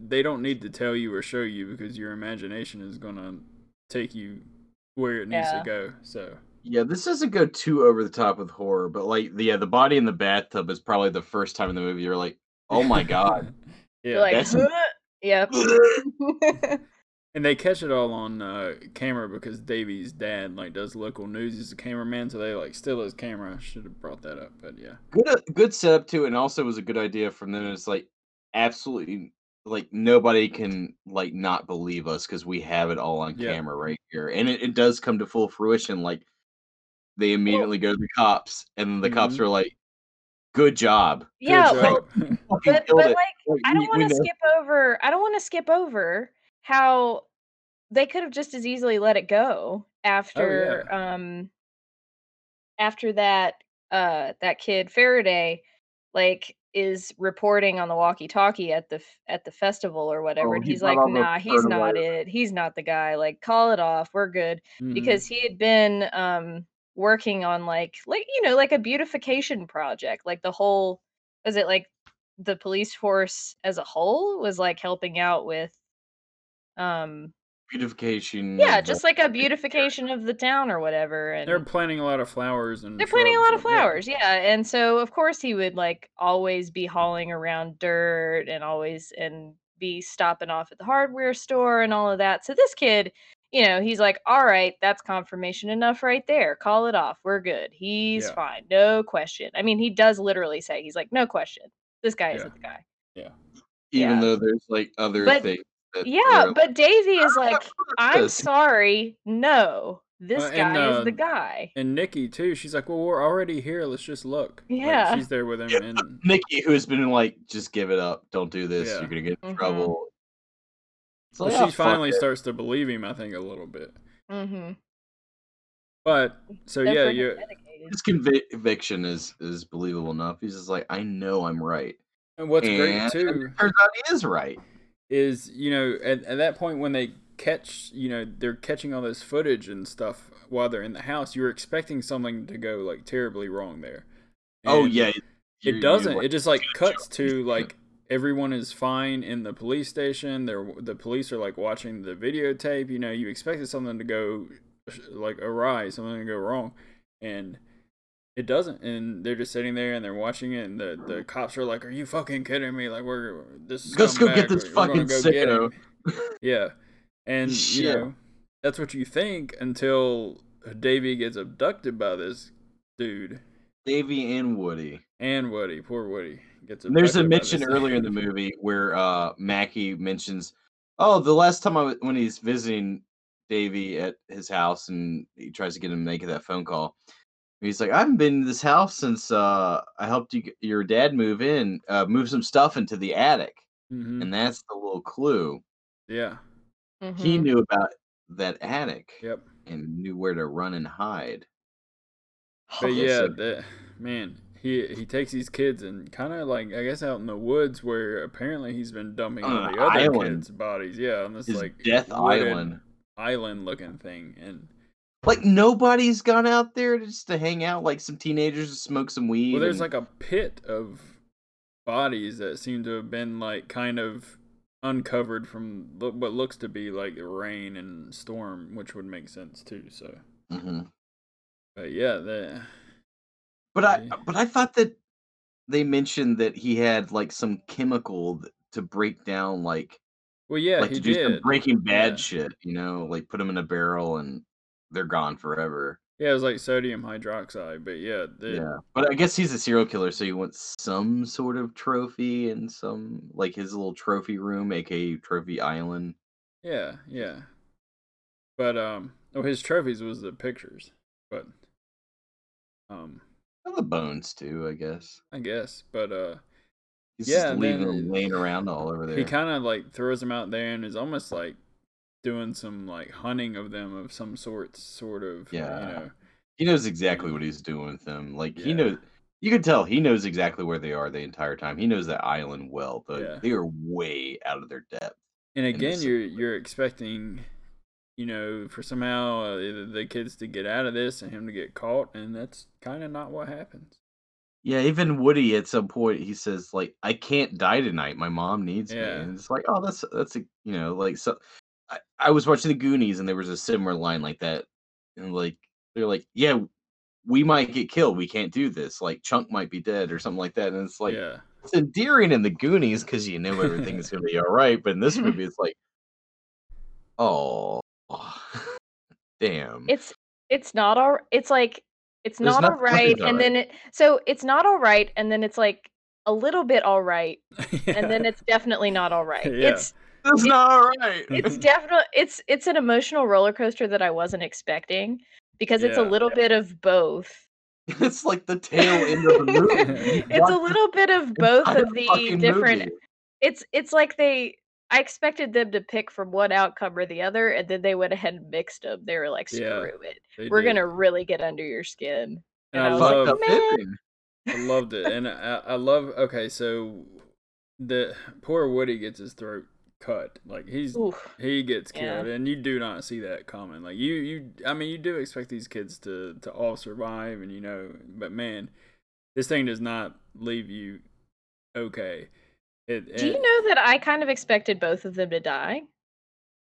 they don't need to tell you or show you because your imagination is gonna take you where it needs Yeah. to go. So Yeah, this doesn't go too over the top with horror, but like, the, yeah, the body in the bathtub is probably the first time in the movie you're like, oh my god. yeah. You're like, that's- "Huh?" yeah. And they catch it all on uh, camera because Davy's dad like does local news. He's a cameraman, so they like steal his camera. I should have brought that up, but yeah, good, uh, good setup too, and also was a good idea from them. It's like absolutely like nobody can like not believe us because we have it all on Yeah. camera right here, and it, it does come to full fruition. Like they immediately go to the cops, and then the cops Mm-hmm. Mhm. are like, "Good job, yeah. Good well, like, job. Mm-hmm. fucking but, killed but it." like Like, I we- don't we want to know- skip over. I don't want to skip over how they could have just as easily let it Oh, go after um after that uh that kid Faraday like is reporting on the walkie-talkie at the f- at the festival or whatever Oh, and he he's brought like all the nah he's not fertilizer." it he's not the guy like call it off we're good Mhm. because he had been um working on like like you know like a beautification project like the whole was it like the police force as a whole was like helping out with um beautification. yeah of Mm-hmm. the- just like a beautification of the town or whatever and they're planting a lot of flowers and they're planting a shrubs lot of and- yeah. flowers yeah. and so of course he would like always be hauling around dirt and always and be stopping off at the hardware store and all of that so this kid you know he's like all right that's confirmation enough right there call it off we're good he's Yeah. fine no question i mean he does literally say he's like no question this guy Yeah. isn't the guy even yeah. though there's like other But- things. That yeah were but davey is like i'm this. sorry no this and, guy uh, is the guy And Nikki too. She's like, well, we're already here. Let's just look. Like, Yeah. she's there with him, and Nikki, who has been like, just give it up, don't do this, Yeah. you're gonna get in Mhm. trouble. It's well, like, "Ah, she fuck finally it." starts to believe him. I think a little bit, mm-hmm. but so yeah, you. his convic- conviction is is believable enough. He's just like, I know I'm right. And what's great And too. Turns out he is right. is you know at, at that point when they catch you know they're catching all this footage and stuff while they're in the house you're expecting something to go like terribly wrong there oh And yeah, it doesn't it just like cuts to like everyone is fine in the police station they're the police are like watching the videotape you know you expected something to go like awry something to go wrong and it doesn't and they're just sitting there and they're watching it and the, the cops are like are you fucking kidding me like we're this Let's go get scumbag, this we're gonna fucking go get him." sicko. Yeah. And you Shit. know, that's what you think until Davy gets abducted by this dude Davy and Woody. and Woody. Poor Woody gets abducted. And there's a by mention this- earlier in the movie where uh Mackie mentions, "Oh, the last time I w- when he's visiting Davy at his house and he tries to get him to make that phone call." and He's like, I haven't been to this house since uh, I helped you, g- your dad move in, uh, move some stuff into the attic, Mhm. and that's the little clue. Yeah. Mm-hmm. Mm-hmm. He knew about that attic Yep. and knew where to run and hide. But Okay, yeah, so- that, man, he he takes these kids and kind of like I guess out in the woods where apparently he's been dumping On all an the other island. kids' bodies. Yeah, on this His like death wooded island. island looking thing, and Like nobody's gone out there just to hang out, like some teenagers to smoke some weed. well, there's and- like a pit of bodies that seem to have been like kind of uncovered from lo- what looks to be like rain and storm, which would make sense too. So, Mhm. but yeah, that But I Yeah. but I thought that they mentioned that he had like some chemical th- to break down like well, yeah, like he to do some did Breaking Bad Yeah. shit, you know, like put them in a barrel and they're gone forever. Yeah, it was like sodium hydroxide, but yeah, the, yeah, but I guess he's a serial killer, so you want some sort of trophy and some like his little trophy room, aka Trophy Island. Yeah, yeah. But um oh his trophies was the pictures. But um And the bones too, I guess. I guess. But uh He's Yeah, just and leaving then- them laying around all over there. he kinda like throws them out there and is almost like doing some like hunting of them of some sort sort of you Yeah. know. he knows exactly what he's doing with them. Like he Yeah. knows, you can tell he knows exactly where they are the entire time. He knows that island well, but Yeah. they are way out of their depth. And And again this- you're you're expecting you know, for somehow uh, the the kids to get out of this and him to get caught, and that's kind of not what happens. Yeah, even Woody at some point he says like, "I can't die tonight. My mom needs Yeah. me." And it's like, oh, that's that's a you know like so. I, I was watching the Goonies and there was a similar line like that, and like they're like, "Yeah, we might get killed. We can't do this. Like Chunk might be dead or something like that." And it's like, yeah, it's endearing in the Goonies because you know everything's gonna be all right, but in this movie, it's like, oh, damn. it's it's not all it's like it's There's not all nothing that is right and alright. then it so it's not all right and then it's like a little bit all right and then it's definitely not all right Yeah. it's That's not all right. it's definitely it's it's an emotional roller coaster that i wasn't expecting because it's a Yeah. little bit of both It's like the tail end of the movie. You it's a watch little bit of both entire of the fucking different movie. it's it's like they I expected them to pick from one outcome or the other, and then they went ahead and mixed them. They were like, Yeah, "Screw it, they we're did. gonna really get under your skin." And and I I was like, fucked love up "Man." ending. I loved it, and I, I love. Okay, so the poor Woody gets his throat cut. Like he's Oof. he gets Yeah. killed, and you do not see that coming. Like you, you. I mean, you do expect these kids to to all survive, and you know. But man, this thing does not leave you okay. It, Do you it- know that I kind of expected both of them to die?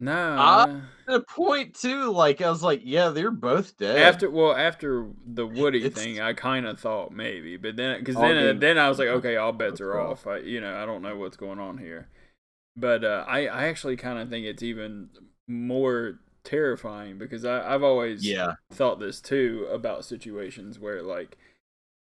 No. Ah. At a point too, like I was like, yeah, they're both dead. After well, after the Woody It's- thing, I kind of thought maybe, but then because All then uh, game- then I was like, okay, all bets are Well. off. I, you know, I don't know what's going on here, but uh, I I actually kind of think it's even more terrifying because I I've always yeah, thought this too about situations where like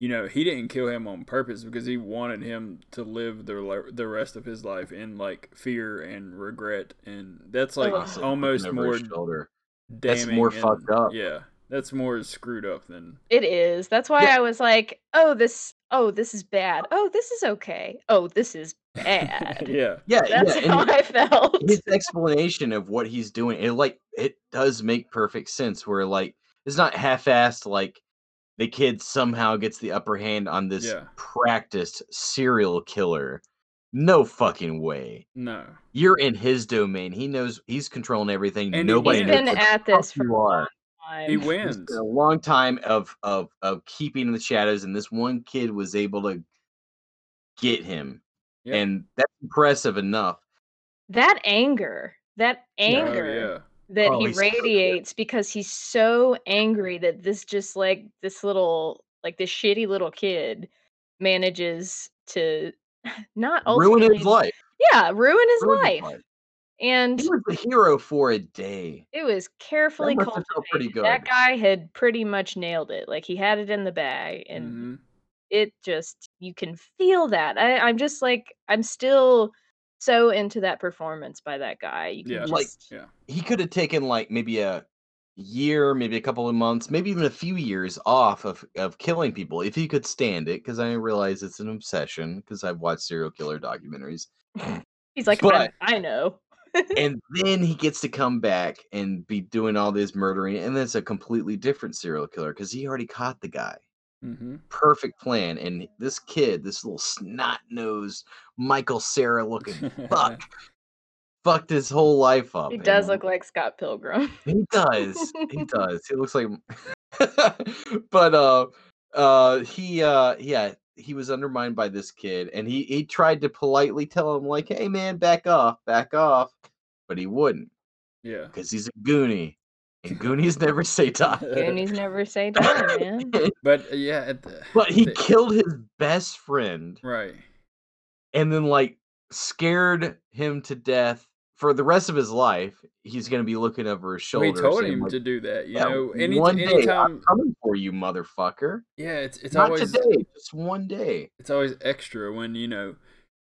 you know he didn't kill him on purpose because he wanted him to live the le- the rest of his life in like fear and regret and that's like Honestly, looking almost over more his shoulder. damning That's more and- fucked up. Yeah, that's more screwed up than It is. That's why Yeah. I was like, "Oh, this. Oh, this is bad. Oh, this is okay. Oh, this is bad." yeah, Yeah, That's yeah, and how I felt. his explanation of what he's doing it like it does make perfect sense where like it's not half-assed like the kid somehow gets the upper hand on this Yeah. practiced serial killer no fucking way no, you're in his domain he knows he's controlling everything And he- nobody He's Wait, knows been what the fuck at this for you are he time. It's been wins. a long time of of of keeping in the shadows and this one kid was able to get him Yeah. and that's impressive enough That anger. That Oh, anger. yeah, that Oh, he he's so good. radiates because he's so angry that this just like this little like this shitty little kid manages to not ruin ultimately his life yeah ruin Oh, his Ruin life And He was the hero for a day. it was carefully must have felt pretty cultivated. That good. guy had pretty much nailed it. Like he had it in the bag, and Mm-hmm. Mm-hmm, it just you can feel that. I, I'm just like I'm still so into that performance by that guy. You can Yeah. just, Like- Yeah. He could have taken like maybe a year, maybe a couple of months, maybe even a few years off of, of killing people if he could stand it, because I realize it's an obsession, because I've watched serial killer documentaries. he's like but- I, I know. and then he gets to come back and be doing all this murdering, and then it's a completely different serial killer because he already caught the guy. Mm-hmm. Perfect plan. And this kid, this little snot nosed Michael Sarah looking mm-hmm. fuck, fucked his whole life up. He does and look like Scott Pilgrim. he does. He does. He looks like but uh uh he uh yeah, he was undermined by this kid and he he tried to politely tell him like, "Hey man, back off, back off." But he wouldn't Yeah. because he's a goonie. And goonies never say die. Goonies never say die, man. But uh, yeah, at the, But he the- killed his best friend right. and then like scared him to death for the rest of his life. He's going to be looking over his shoulder. We told saying, him like, to do that. You "Yeah, know, any one day anytime. I'm coming for you, motherfucker. Yeah, it's it's Not always today, just one day. it's always extra when you know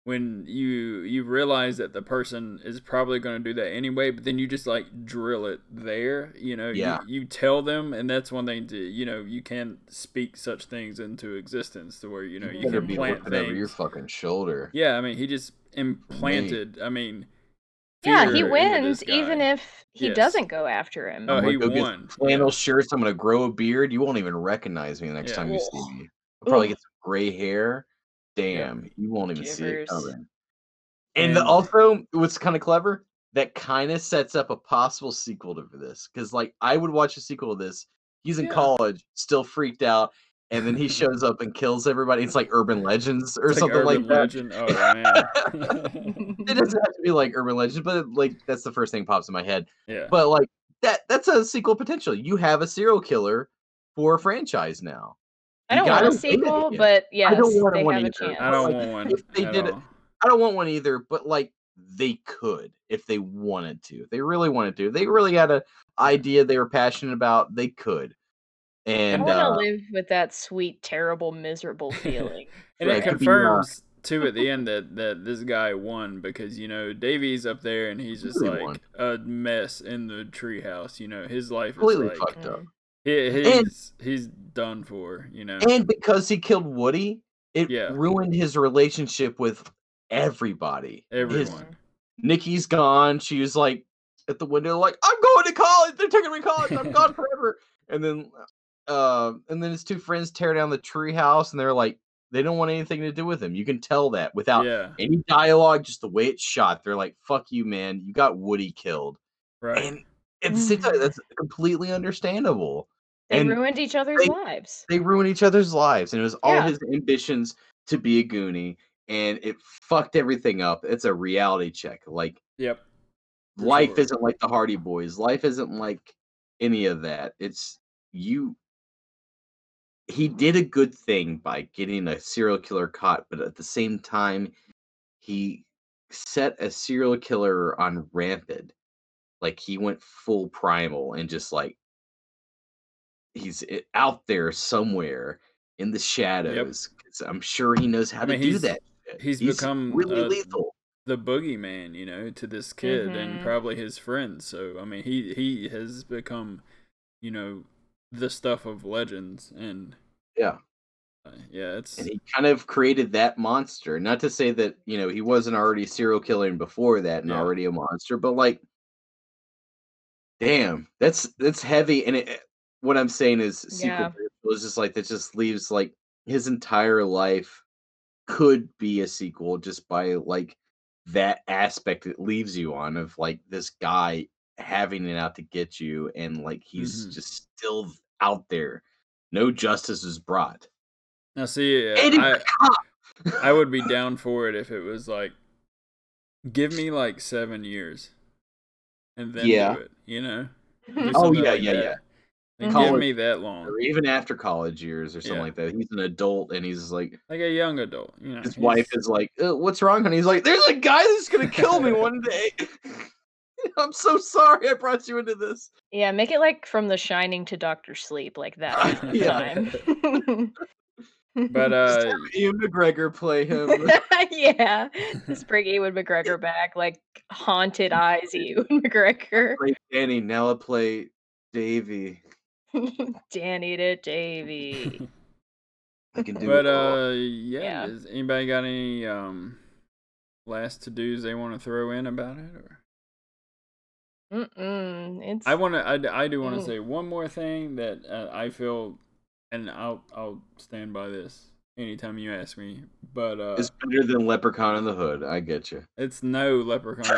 when you you realize that the person is probably going to do that anyway but then you just like drill it there you know Yeah. you, you tell them and that's one thing to you know you can speak such things into existence to where you know you better can be plant looking over your things fucking shoulder. yeah i mean he just implanted i mean yeah, he fear into this wins even guy. if he Yes. doesn't go after him. Oh, I'm gonna he go get won, some flannel yeah. shirts. I'm gonna grow a beard. You won't even recognize me the next Yeah. time you Ugh. see me. I'll probably Ugh. get some gray hair. Damn, you won't even see it Givers. coming. And, the, And- also, what's kind of clever? That kind of sets up a possible sequel to this, because like I would watch a sequel to this. He's in Yeah. college, still freaked out, and then he shows up and kills everybody. It's like Urban Legends or It's like something like urban that. legend. oh man It doesn't have to be like Urban Legend, but like that's the first thing pops in my head yeah but like that that's a sequel potential you have a serial killer for a franchise now I you don't want gotta a win it sequel, again. but yes, want they one have a either. chance. i don't want one If they at did it- all. i don't want one either but like they could if they wanted to if they really wanted to if they really had an idea they were passionate about they could and I want to uh, live with that sweet, terrible, miserable feeling. And Right, it it could be uh, confirms too at the end that that this guy won because you know Davy's up there and he's just Completely like a mess in the treehouse. You know his life is completely like fucked up he, he's And- he's done for. You know, and because he killed woody it Yeah. ruined his relationship with everybody his everyone. Nikki's gone. She was like at the window, like, I'm going to college. They're taking me to college. I'm gone forever. And then uh, and then his two friends tear down the tree house and they're like, they don't want anything to do with him. You can tell that without yeah, any dialogue, just the way it's shot. They're like, fuck you, man. You got Woody killed. right. And at the same time, that's completely understandable. They and ruined each other's they- lives. they ruin each other's lives. And it was all Yeah. his ambitions to be a Goonie. And it fucked everything up. It's a reality check. Like yep. For life sure. isn't like the Hardy Boys. Life isn't like any of that. It's you. He did a good thing by getting a serial killer caught, but at the same time, he set a serial killer on rampant. Like he went full primal and just like he's i- out there somewhere in the shadows. 'cause I'm sure he knows how I mean, to do he's- that. shit. he's become uh, really a- lethal. The boogeyman, you know, to this kid and Mhm. probably his friends. So I mean, he he has become, you know, the stuff of legends and Yeah. uh, yeah. It's and he kind of created that monster. Not to say that you know he wasn't already serial killing before that and Yeah. already a monster, but like, damn, that's that's heavy. And it, what I'm saying is, Yeah. sequel was just like that. Just leaves like his entire life could be a sequel just by like that aspect it leaves you on of like this guy having it out to get you and like he's Mhm. just still out there no justice is brought now see. uh, And he's I, a cop. I would be down for it if it was like, give me like seven years, and then Yeah. Mm-hmm. do it. You know. Do Oh something yeah, like yeah, that. yeah. And give College- me that long. or even after college years or something Yeah. like that. He's an adult and he's like Like a young adult. You know, his wife is like, "Uh, "What's wrong?" And he's like, "There's a guy that's gonna kill me one day." I'm so sorry I brought you into this. Yeah, make it like from The Shining to Doctor Sleep, like that. length of Yeah. time. But uh Ian McGregor play him. yeah, just bring Ewan McGregor back, like haunted eyes, Ewan McGregor. play Danny. Now I play Davy. Danny to Davy. I can do but it. all. uh yeah, Yeah. Does anybody got any um last to dos they want to throw in about it or Mm-mm, it's I want to. I, d- I do want to Mm. say one more thing that uh, I feel, and I'll I'll stand by this anytime you ask me. But uh, it's better than Leprechaun in the Hood. I get you. it's no leprechaun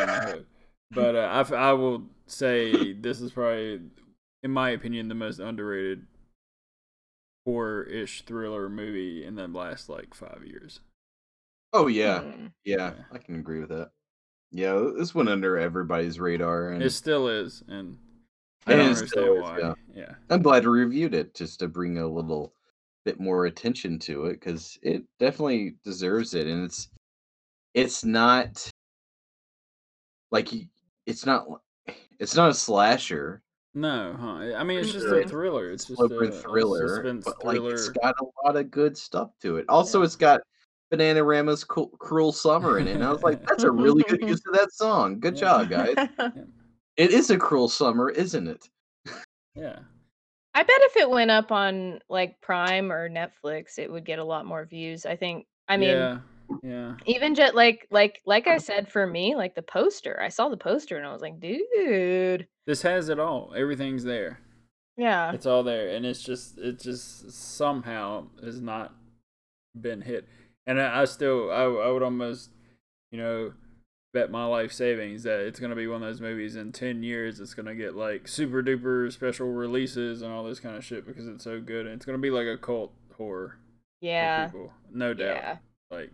in the hood. But uh, I f- I will say this is probably, in my opinion, the most underrated horror-ish thriller movie in the last like five years. Oh yeah, mm, yeah. Yeah. I can agree with that. Yeah, this went under everybody's radar, and It still is, and I And don't Mm. it still understand is, why. yeah. yeah. I'm glad we reviewed it just to bring a little bit more attention to it because it definitely deserves it, and it's it's not like you- it's not it's not a slasher. No, huh? I mean, it's just a Mhm. thriller. It's It's just slow burn a, thriller, a suspense but thriller. like it's got a lot of good stuff to it. Also, Yeah. it's got Bananarama's cool, "Cruel Summer" in it, and I was like, "That's a really good use of that song. Good Yeah. job, guys." It is a cruel summer, isn't it? yeah. I bet if it went up on like Prime or Netflix, it would get a lot more views. I think. I mean, yeah, yeah, even just like like like I said for me, like the poster. I saw the poster and I was like, dude, this has it all. Everything's there. yeah, It's all there, and it's just it just somehow has not been hit. And I, I still I I would almost you know bet my life savings that it's gonna be one of those movies in ten years. It's gonna get like super duper special releases and all this kind of shit because it's so good. And it's gonna be like a cult horror. for yeah, people, no doubt. yeah, Like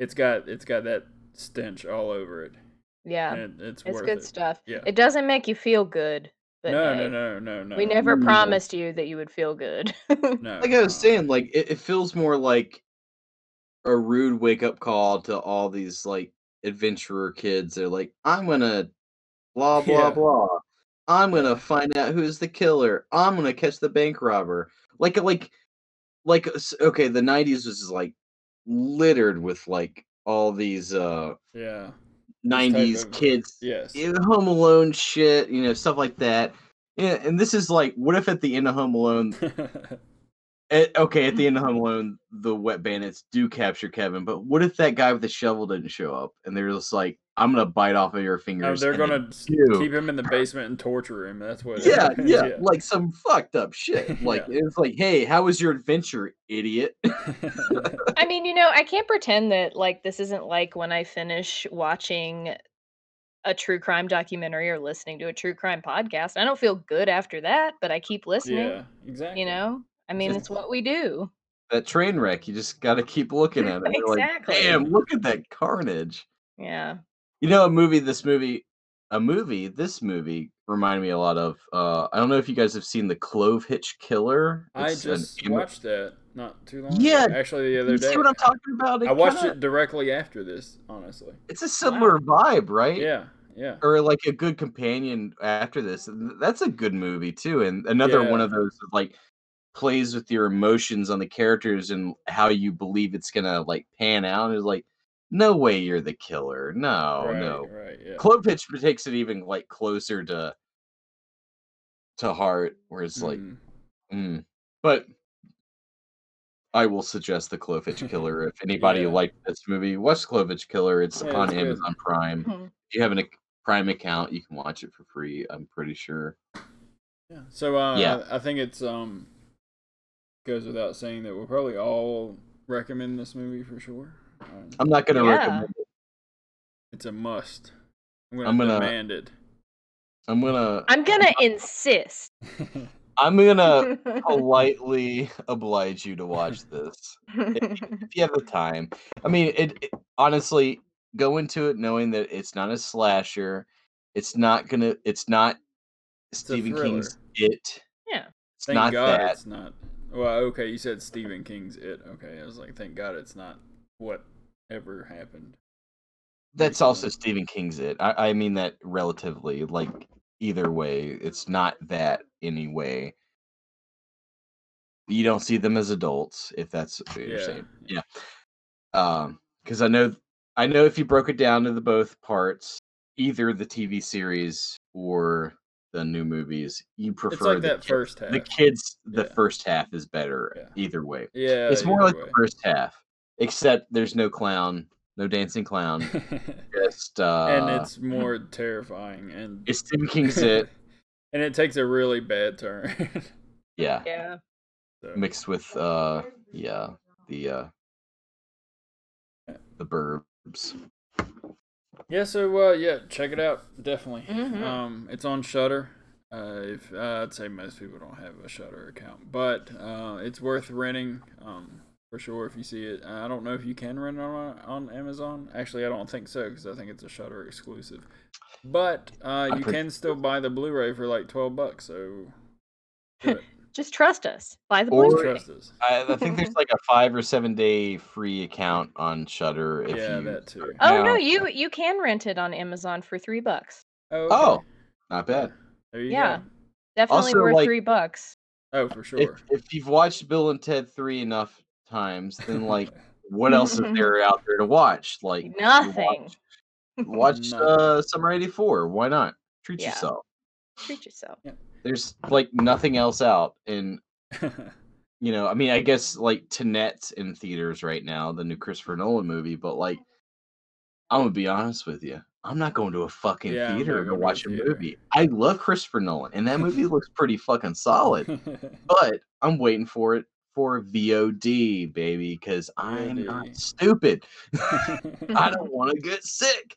it's got it's got that stench all over it. yeah. and it's, It's worth good it. stuff. Yeah. It doesn't make you feel good, but no, hey, no, no, no, no. we never No. promised you that you would feel good. No. Like I was no. saying, like it, it feels more like a rude wake up call to all these like adventurer kids. They're like, I'm gonna blah blah Yeah. blah. I'm gonna find out who's the killer. I'm gonna catch the bank robber. Like uh, like like uh, s- okay, the '90s was just like littered with like all these uh Yeah. '90s of- kids Yes. yeah, Home Alone shit, you know, stuff like that. Yeah, and this is like, what if at the end of Home Alone, at, okay, at the end of Home Alone, the Wet Bandits do capture Kevin, but what if that guy with the shovel didn't show up and they're just like, I'm gonna bite off of your No, fingers. Oh, they're and then gonna s- do. keep him in the basement and torture him. That's what. it yeah, is. yeah, like some fucked up shit. Like Yeah. it's like, hey, how was your adventure, idiot? I mean, you know, I can't pretend that like this isn't like when I finish watching a true crime documentary or listening to a true crime podcast. I don't feel good after that, but I keep listening. yeah. Exactly. You know, I mean, it's what we do. that train wreck, you just gotta keep looking at it. You're Exactly. Like, Damn, look at that carnage. Yeah. You know, a movie. This movie, a movie. This movie reminded me a lot of. Uh, I don't know if you guys have seen the Clove Hitch Killer. I It's an just Im- watched that not too long. Yeah, Ago. Actually, the other You day. see what I'm talking about? I watched kinda- it directly after this. Honestly. It's a similar vibe, right? Yeah. Yeah. Or like a good companion after this. And That's a good movie too, and another one Yeah. of those that, like plays with your emotions on the characters and how you believe it's gonna like pan out. It's like, no way, you're the killer. No, right, Oh, no. Right. Yeah. Clove Hitch takes it even like closer to to heart, where it's like, Mhm. mm. but I will suggest the Clove Hitch Killer. if anybody Yeah. liked this movie, watch the Clove Hitch Killer. It's Yeah, on it's good. Hmm. Amazon Prime. Mhm. If you have an ac- Prime account, you can watch it for free. I'm pretty sure. Yeah. So uh, Yeah. I, I think it's um goes without saying that we'll probably all recommend this movie for sure. Um, I'm not gonna Yeah. recommend. It. it's a must. I'm gonna, I'm gonna- demand it. I'm gonna. I'm going to insist. I'm gonna politely oblige you to watch this. if you have the time. I mean, it, it- honestly go into it knowing that it's not a slasher. It's not gonna. It's not It's a Stephen thriller. King's It. Yeah. It's Thank not God that. it's not. Well, okay, you said Stephen King's It. Okay, I was like, thank God it's not whatever happened. That's also Stephen King's it. I, I mean that relatively. Like either way, it's not that anyway. You don't see them as adults, if that's what you're Yeah, saying. Yeah. Um, because I know I know if you broke it down to the both parts, either the TV series or the new movies, you prefer It's like the that kid- first half. the kids the Yeah. first half is better Yeah. either way. yeah, it's more either like way. the first half, except there's no clown, no dancing clown. Just uh, and it's more terrifying and it's Stephen King's it, and it takes a really bad turn. yeah, Yeah. So, mixed with uh, yeah, the uh, the burbs. yeah, so uh, yeah, check it out definitely. Mhm. Um, it's on Shutter. Uh, if uh, I'd say most people don't have a Shutter account, but uh, it's worth renting. Um, for sure if you see it. I don't know if you can rent it on on Amazon. Actually, I don't think so because I think it's a Shutter exclusive. But uh, I'm you pretty can still buy the Blu-ray for like twelve bucks. So Just trust us. Buy the Or- Blu-ray. trust us. I, I think there's like a five or seven day free account on Shutter. If Yeah, you, that too. Oh no, now- you you can rent it on Amazon for three bucks. Oh, Oh, okay. not bad. There you Yeah. go. Definitely Also, worth like- three bucks. Oh, for If, sure. if you've watched Bill and Ted three enough times, then like, what else is there out there to watch? Like Nothing. Watch, watch Nothing. uh, Summer '84. Why not? Treat Yeah. yourself. Treat yourself. there's like nothing else out and you know i mean i guess like Tenet's in theaters right now the new christopher nolan movie but like i'm gonna be honest with you i'm not going to a fucking Yeah, I'm not theater to going to a watch a theater. movie i love christopher nolan and that movie looks pretty fucking solid but i'm waiting for it for vod baby because i'm VOD. not stupid i don't want to get sick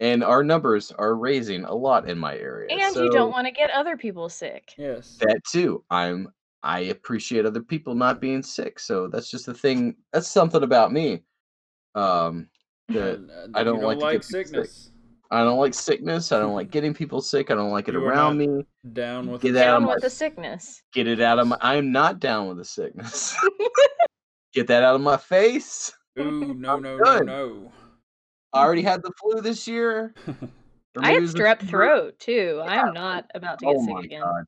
and our numbers are raising a lot in my area And you don't so- want to get other people sick. yes. that too i'm i appreciate other people not being sick so that's just the thing that's something about me um that And, uh, I you don't like to get people sick. sickness. i don't like sickness i don't like getting people sick i don't like it You are around not- me Down with Get the- out of Down my- with the sickness. get it out of my i'm not down with the sickness get that out of my face Ooh, no, no, no, good. no. i already had the flu this year or I maybe it have was the strep fever. throat too. I am not about to get oh sick my again. god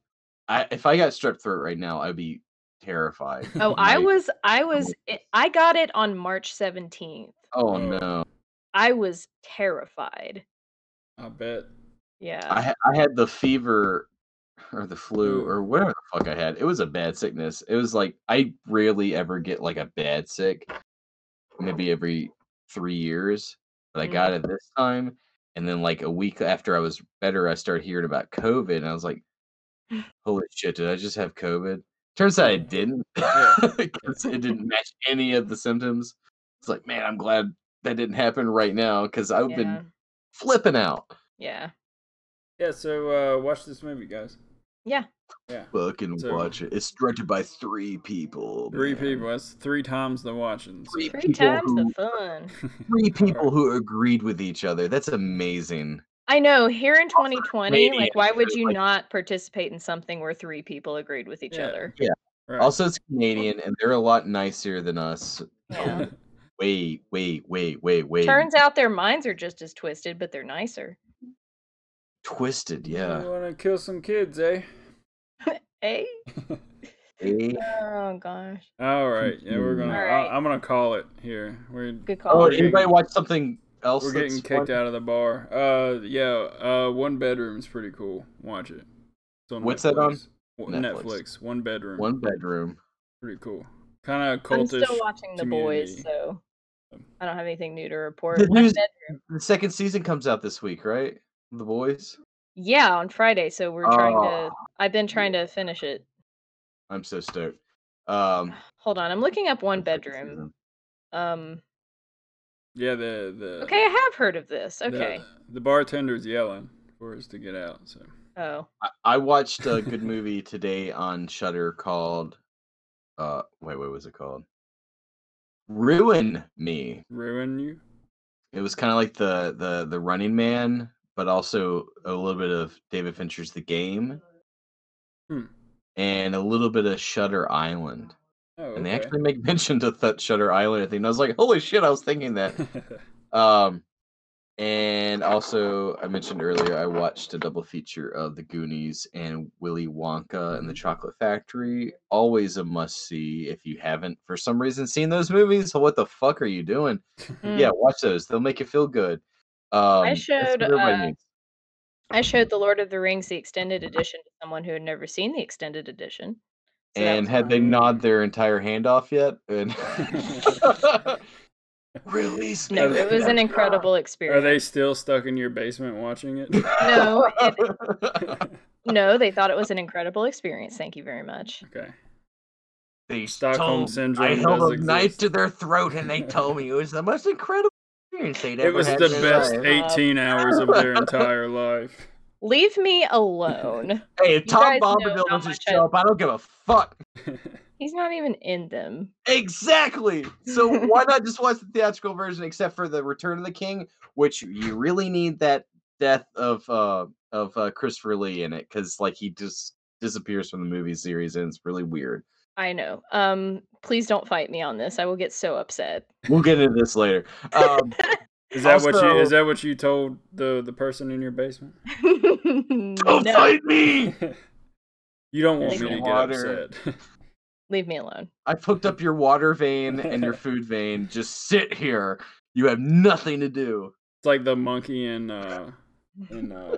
I, if i got strep throat right now i'd be terrified Oh, I Like, was I was it- I got it on March 17th. oh Oh. no I was terrified. I I bet. Yeah. Mm. ha- I had the fever or the flu Ooh. or whatever the fuck I had. It was a bad sickness. It was like I rarely ever get like a bad sick, maybe every three years. But I Mm. got it this time, and then like a week after I was better, I started hearing about COVID, and I was like, "Holy shit! Did I just have COVID?" Turns out I Mm. Yeah. didn't Yeah. because it didn't match any of the symptoms. It's like, man, I'm glad that didn't happen right now because I've Yeah. been flipping out. Yeah. Yeah, so uh, watch this movie, guys. Yeah. Yeah. Fucking So- watch it. It's directed by three people. Three Oh, man. people. That's three times the watching. so- Three Three people times the who- fun. Three people who agreed with each other. That's amazing. I know. Here in 2020, maniac, like, why would dude, you like- not participate in something where three people agreed with each Yeah. other? Right. Also, it's Canadian, and they're a lot nicer than us. Yeah. Wait, wait, wait, wait, wait. Turns out their minds are just as twisted, but they're nicer. twisted. You Yeah. want to kill some kids, eh? Hey. Eh? Oh gosh. All right. Yeah, we're gonna. All right. I, am gonna call it here. We're Good call. Oh, we're anybody getting- watch something else? we're getting that's kicked fun? out of the bar. Uh, yeah. Uh, one bedroom's pretty cool. Watch it. It's on What's that on? Netflix. W- Netflix. Netflix. One bedroom. One bedroom. Pretty cool. Kind of I'm cultish. still watching the boys, community. Um, so I don't have anything new to report. The One news- bed- The second season comes out this week, right? The boys. yeah, on Friday, so we're trying Oh. Ah. to. I've been trying to finish it. I'm so stoked. Um, Hold on, I'm looking up one the second bedroom. season. Um. Yeah. The the. Okay, I have heard of this. the- Okay. The, bartender's yelling for us to get out. So. Oh. I, I watched a good movie today on Shutter called uh wait, what was it called? Ruin Me. Ruin you. It was kind of like the the the Running Man, but also a little bit of David Fincher's The Game. Hmm. and a little bit of Shutter Island. Oh, And they okay. actually make mention to that Shutter Island thing. And I was like, holy shit, I was thinking that. Um, and also, I mentioned earlier, I watched a double feature of The Goonies and Willy Wonka Mm-hmm. and the Chocolate Factory. Always a must see if you haven't, for some reason, seen those movies. What the fuck are you doing? hmm. Yeah, watch those. They'll make you feel good. Um, that's what Mm. showed, everybody uh, needs. I showed The Lord of the Rings, the extended edition, to someone who had never seen the extended edition. so that and was had they gnawed their entire hand off yet? And release me. No, it was an Yeah. incredible Are experience. they still stuck in your basement watching it? No, it- no, they thought it was an incredible experience. Thank you very much. Okay. They Stockholm told- syndrome I held does a knife exist. to their throat, and they told me it was the most incredible experience they'd ever it was had the in their best life. 18 hours of their entire life. Leave me alone. Hey, if You Tom guys know Bombadil how doesn't much I- show up, I don't give a fuck. He's not even in them. Exactly. So why not just watch the theatrical version, except for the Return of the King, which you really need that death of uh of uh, Christopher Lee in it, because like he just disappears from the movie series, and it's really weird. I know. Um, please don't fight me on this. I will get so upset. We'll get into this later. Um, Is that what you Also- is that what you told the the person in your basement? don't no, fight me. You don't want Leave me to me get water. upset. leave me alone. I hooked up your water vein and your food vein. Just sit here. You have nothing to do. It's like the monkey in uh in uh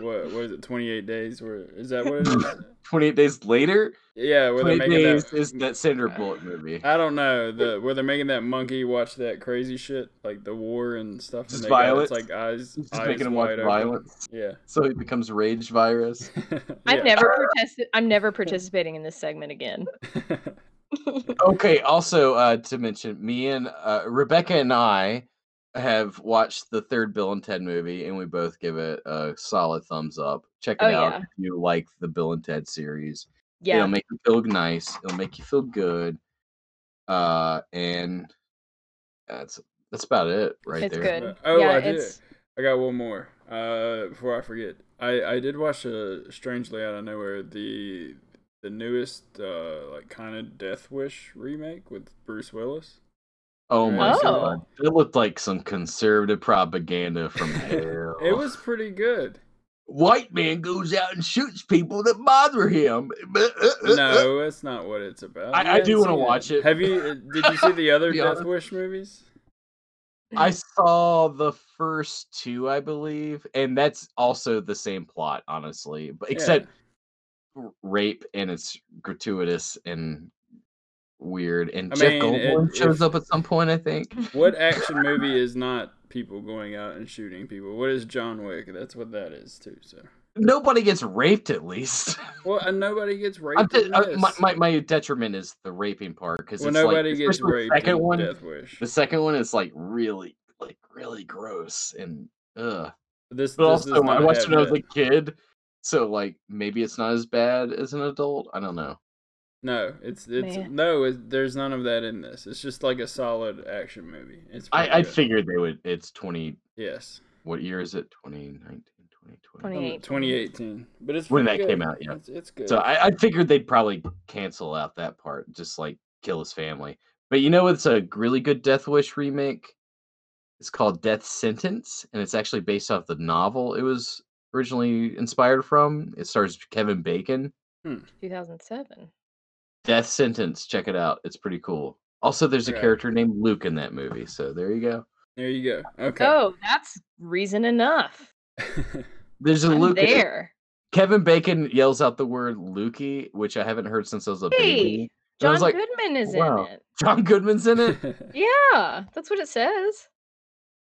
what what is it 28 days where is that what it is? 28 days later, Yeah, where they're 28 making days that is that Sandra Bullock movie. I don't know the where they're making that monkey watch that crazy shit like the war and stuff. Just and they got- violence? It's like eyes, Just eyes making him watch wide open. violence. Yeah. So he becomes rage virus. I'm Yeah. never protested. I'm never participating in this segment again. okay, also uh, to mention, me and uh, Rebecca and I have watched the third Bill and Ted movie, and we both give it a solid thumbs up. Check it Oh, out yeah. if you like the Bill and Ted series. Yeah, It'll make you feel nice. It'll make you feel good. Uh, and that's that's about it right it's there. good. Oh, yeah, I did. it's I got one more. Uh, before I forget, I I did watch uh strangely out of nowhere the the newest uh like kind of Death Wish remake with Bruce Willis. Oh Right. my Oh. god, it looked like some conservative propaganda from hell. It was pretty good. white man goes out and shoots people that bother him. No, that's not what it's about. Uh, I- You I haven't do wanna seen watch it. Have you? uh, Did you see the other Be Death honest. Wish movies? I saw the first two, I believe, and that's also the same plot, honestly, but Yeah. except r- rape and it's gratuitous and weird. And I Jeff mean, it- Goldblum shows if- up at some point, I think. What action movie is not people going out and shooting people? What is John Wick? That's what that is too. So, Nobody gets raped, at least. well, and nobody gets raped. I'm in just, uh, my, this. my my detriment is the raping part because well, it's nobody like, gets especially the raped. Second in one, Death Wish. The second one is like really, like really gross and ugh. This, But this does also, I not watched have when I was that. a kid, so like maybe it's not as bad as an adult. I don't know. no, it's it's Man. no, it, there's none of that in this. It's just like a solid action movie. It's pretty I, I good. figured they would. It's twenty. yes, What year is it? 2019, 2020. 28. 2018, but it's When pretty that good. came out, yeah. it's, it's good. So I, I figured they'd probably cancel out that part, just like kill his family. But you know, it's a really good Death Wish remake. It's called Death Sentence, and it's actually based off the novel it was originally inspired from. It stars Kevin Bacon. 2007. Death Sentence, check it out. It's pretty cool. Also, there's a Okay. character named Luke in that movie, so there you go. there you go. Okay, Oh, that's reason enough. There's a I'm Luke. in it. there. Kevin Bacon yells out the word Lukey, which I haven't heard since I was a Hey, baby. And I John was like, Goodman is wow. in it. John Goodman's in it. Yeah, that's what it says.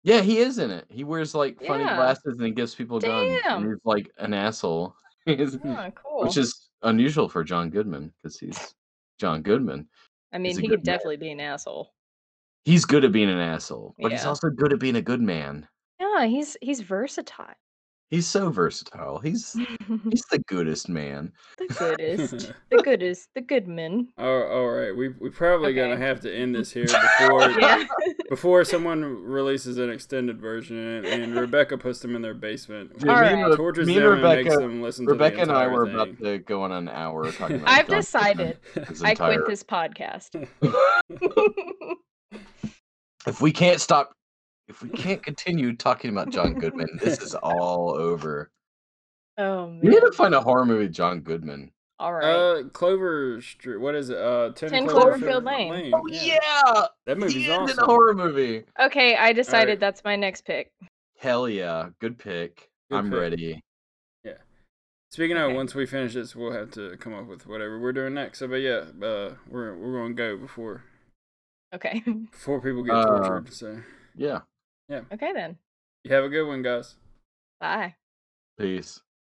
Yeah, he is in it. He wears like funny Yeah. glasses and he gives people guns. Damn. And he's like an asshole, He's- Oh, cool. Hmm. which is unusual for John Goodman because he's John Goodman. I mean, a he good could man. definitely be an asshole. He's good at being an asshole, but he's Yeah. also good at being a good man. Yeah, he's he's versatile. He's so versatile. He's he's the goodest man. The goodest. the goodest. The good men. Oh, all right. We we probably gonna have to end this here before Yeah. before someone releases an extended version and, and Rebecca puts them in their basement. Dude, me and Re- Tortures me and them and makes Rebecca- them listen Rebecca to and the I entire were thing. about to go on an hour talking about John I've Goodman, decided his I quit entire- this podcast. If we can't stop, if we can't continue talking about John Goodman, this is all over. Oh man. We need to find a horror movie, with John Goodman. All right. Uh, Clover Street. What is it? Uh, 10, 10 Cloverfield, Cloverfield Lane. Lane. Oh yeah, That movie's he is in awesome. a horror movie. okay, I decided right. that's my next pick. Hell yeah, good pick. Good I'm pick. ready. Speaking of, Okay. once we finish this, we'll have to come up with whatever we're doing next. So, but yeah, uh, we're we're gonna go before Okay. before people get Uh, tortured. So, Yeah, okay then. you have a good one, guys. Bye. peace.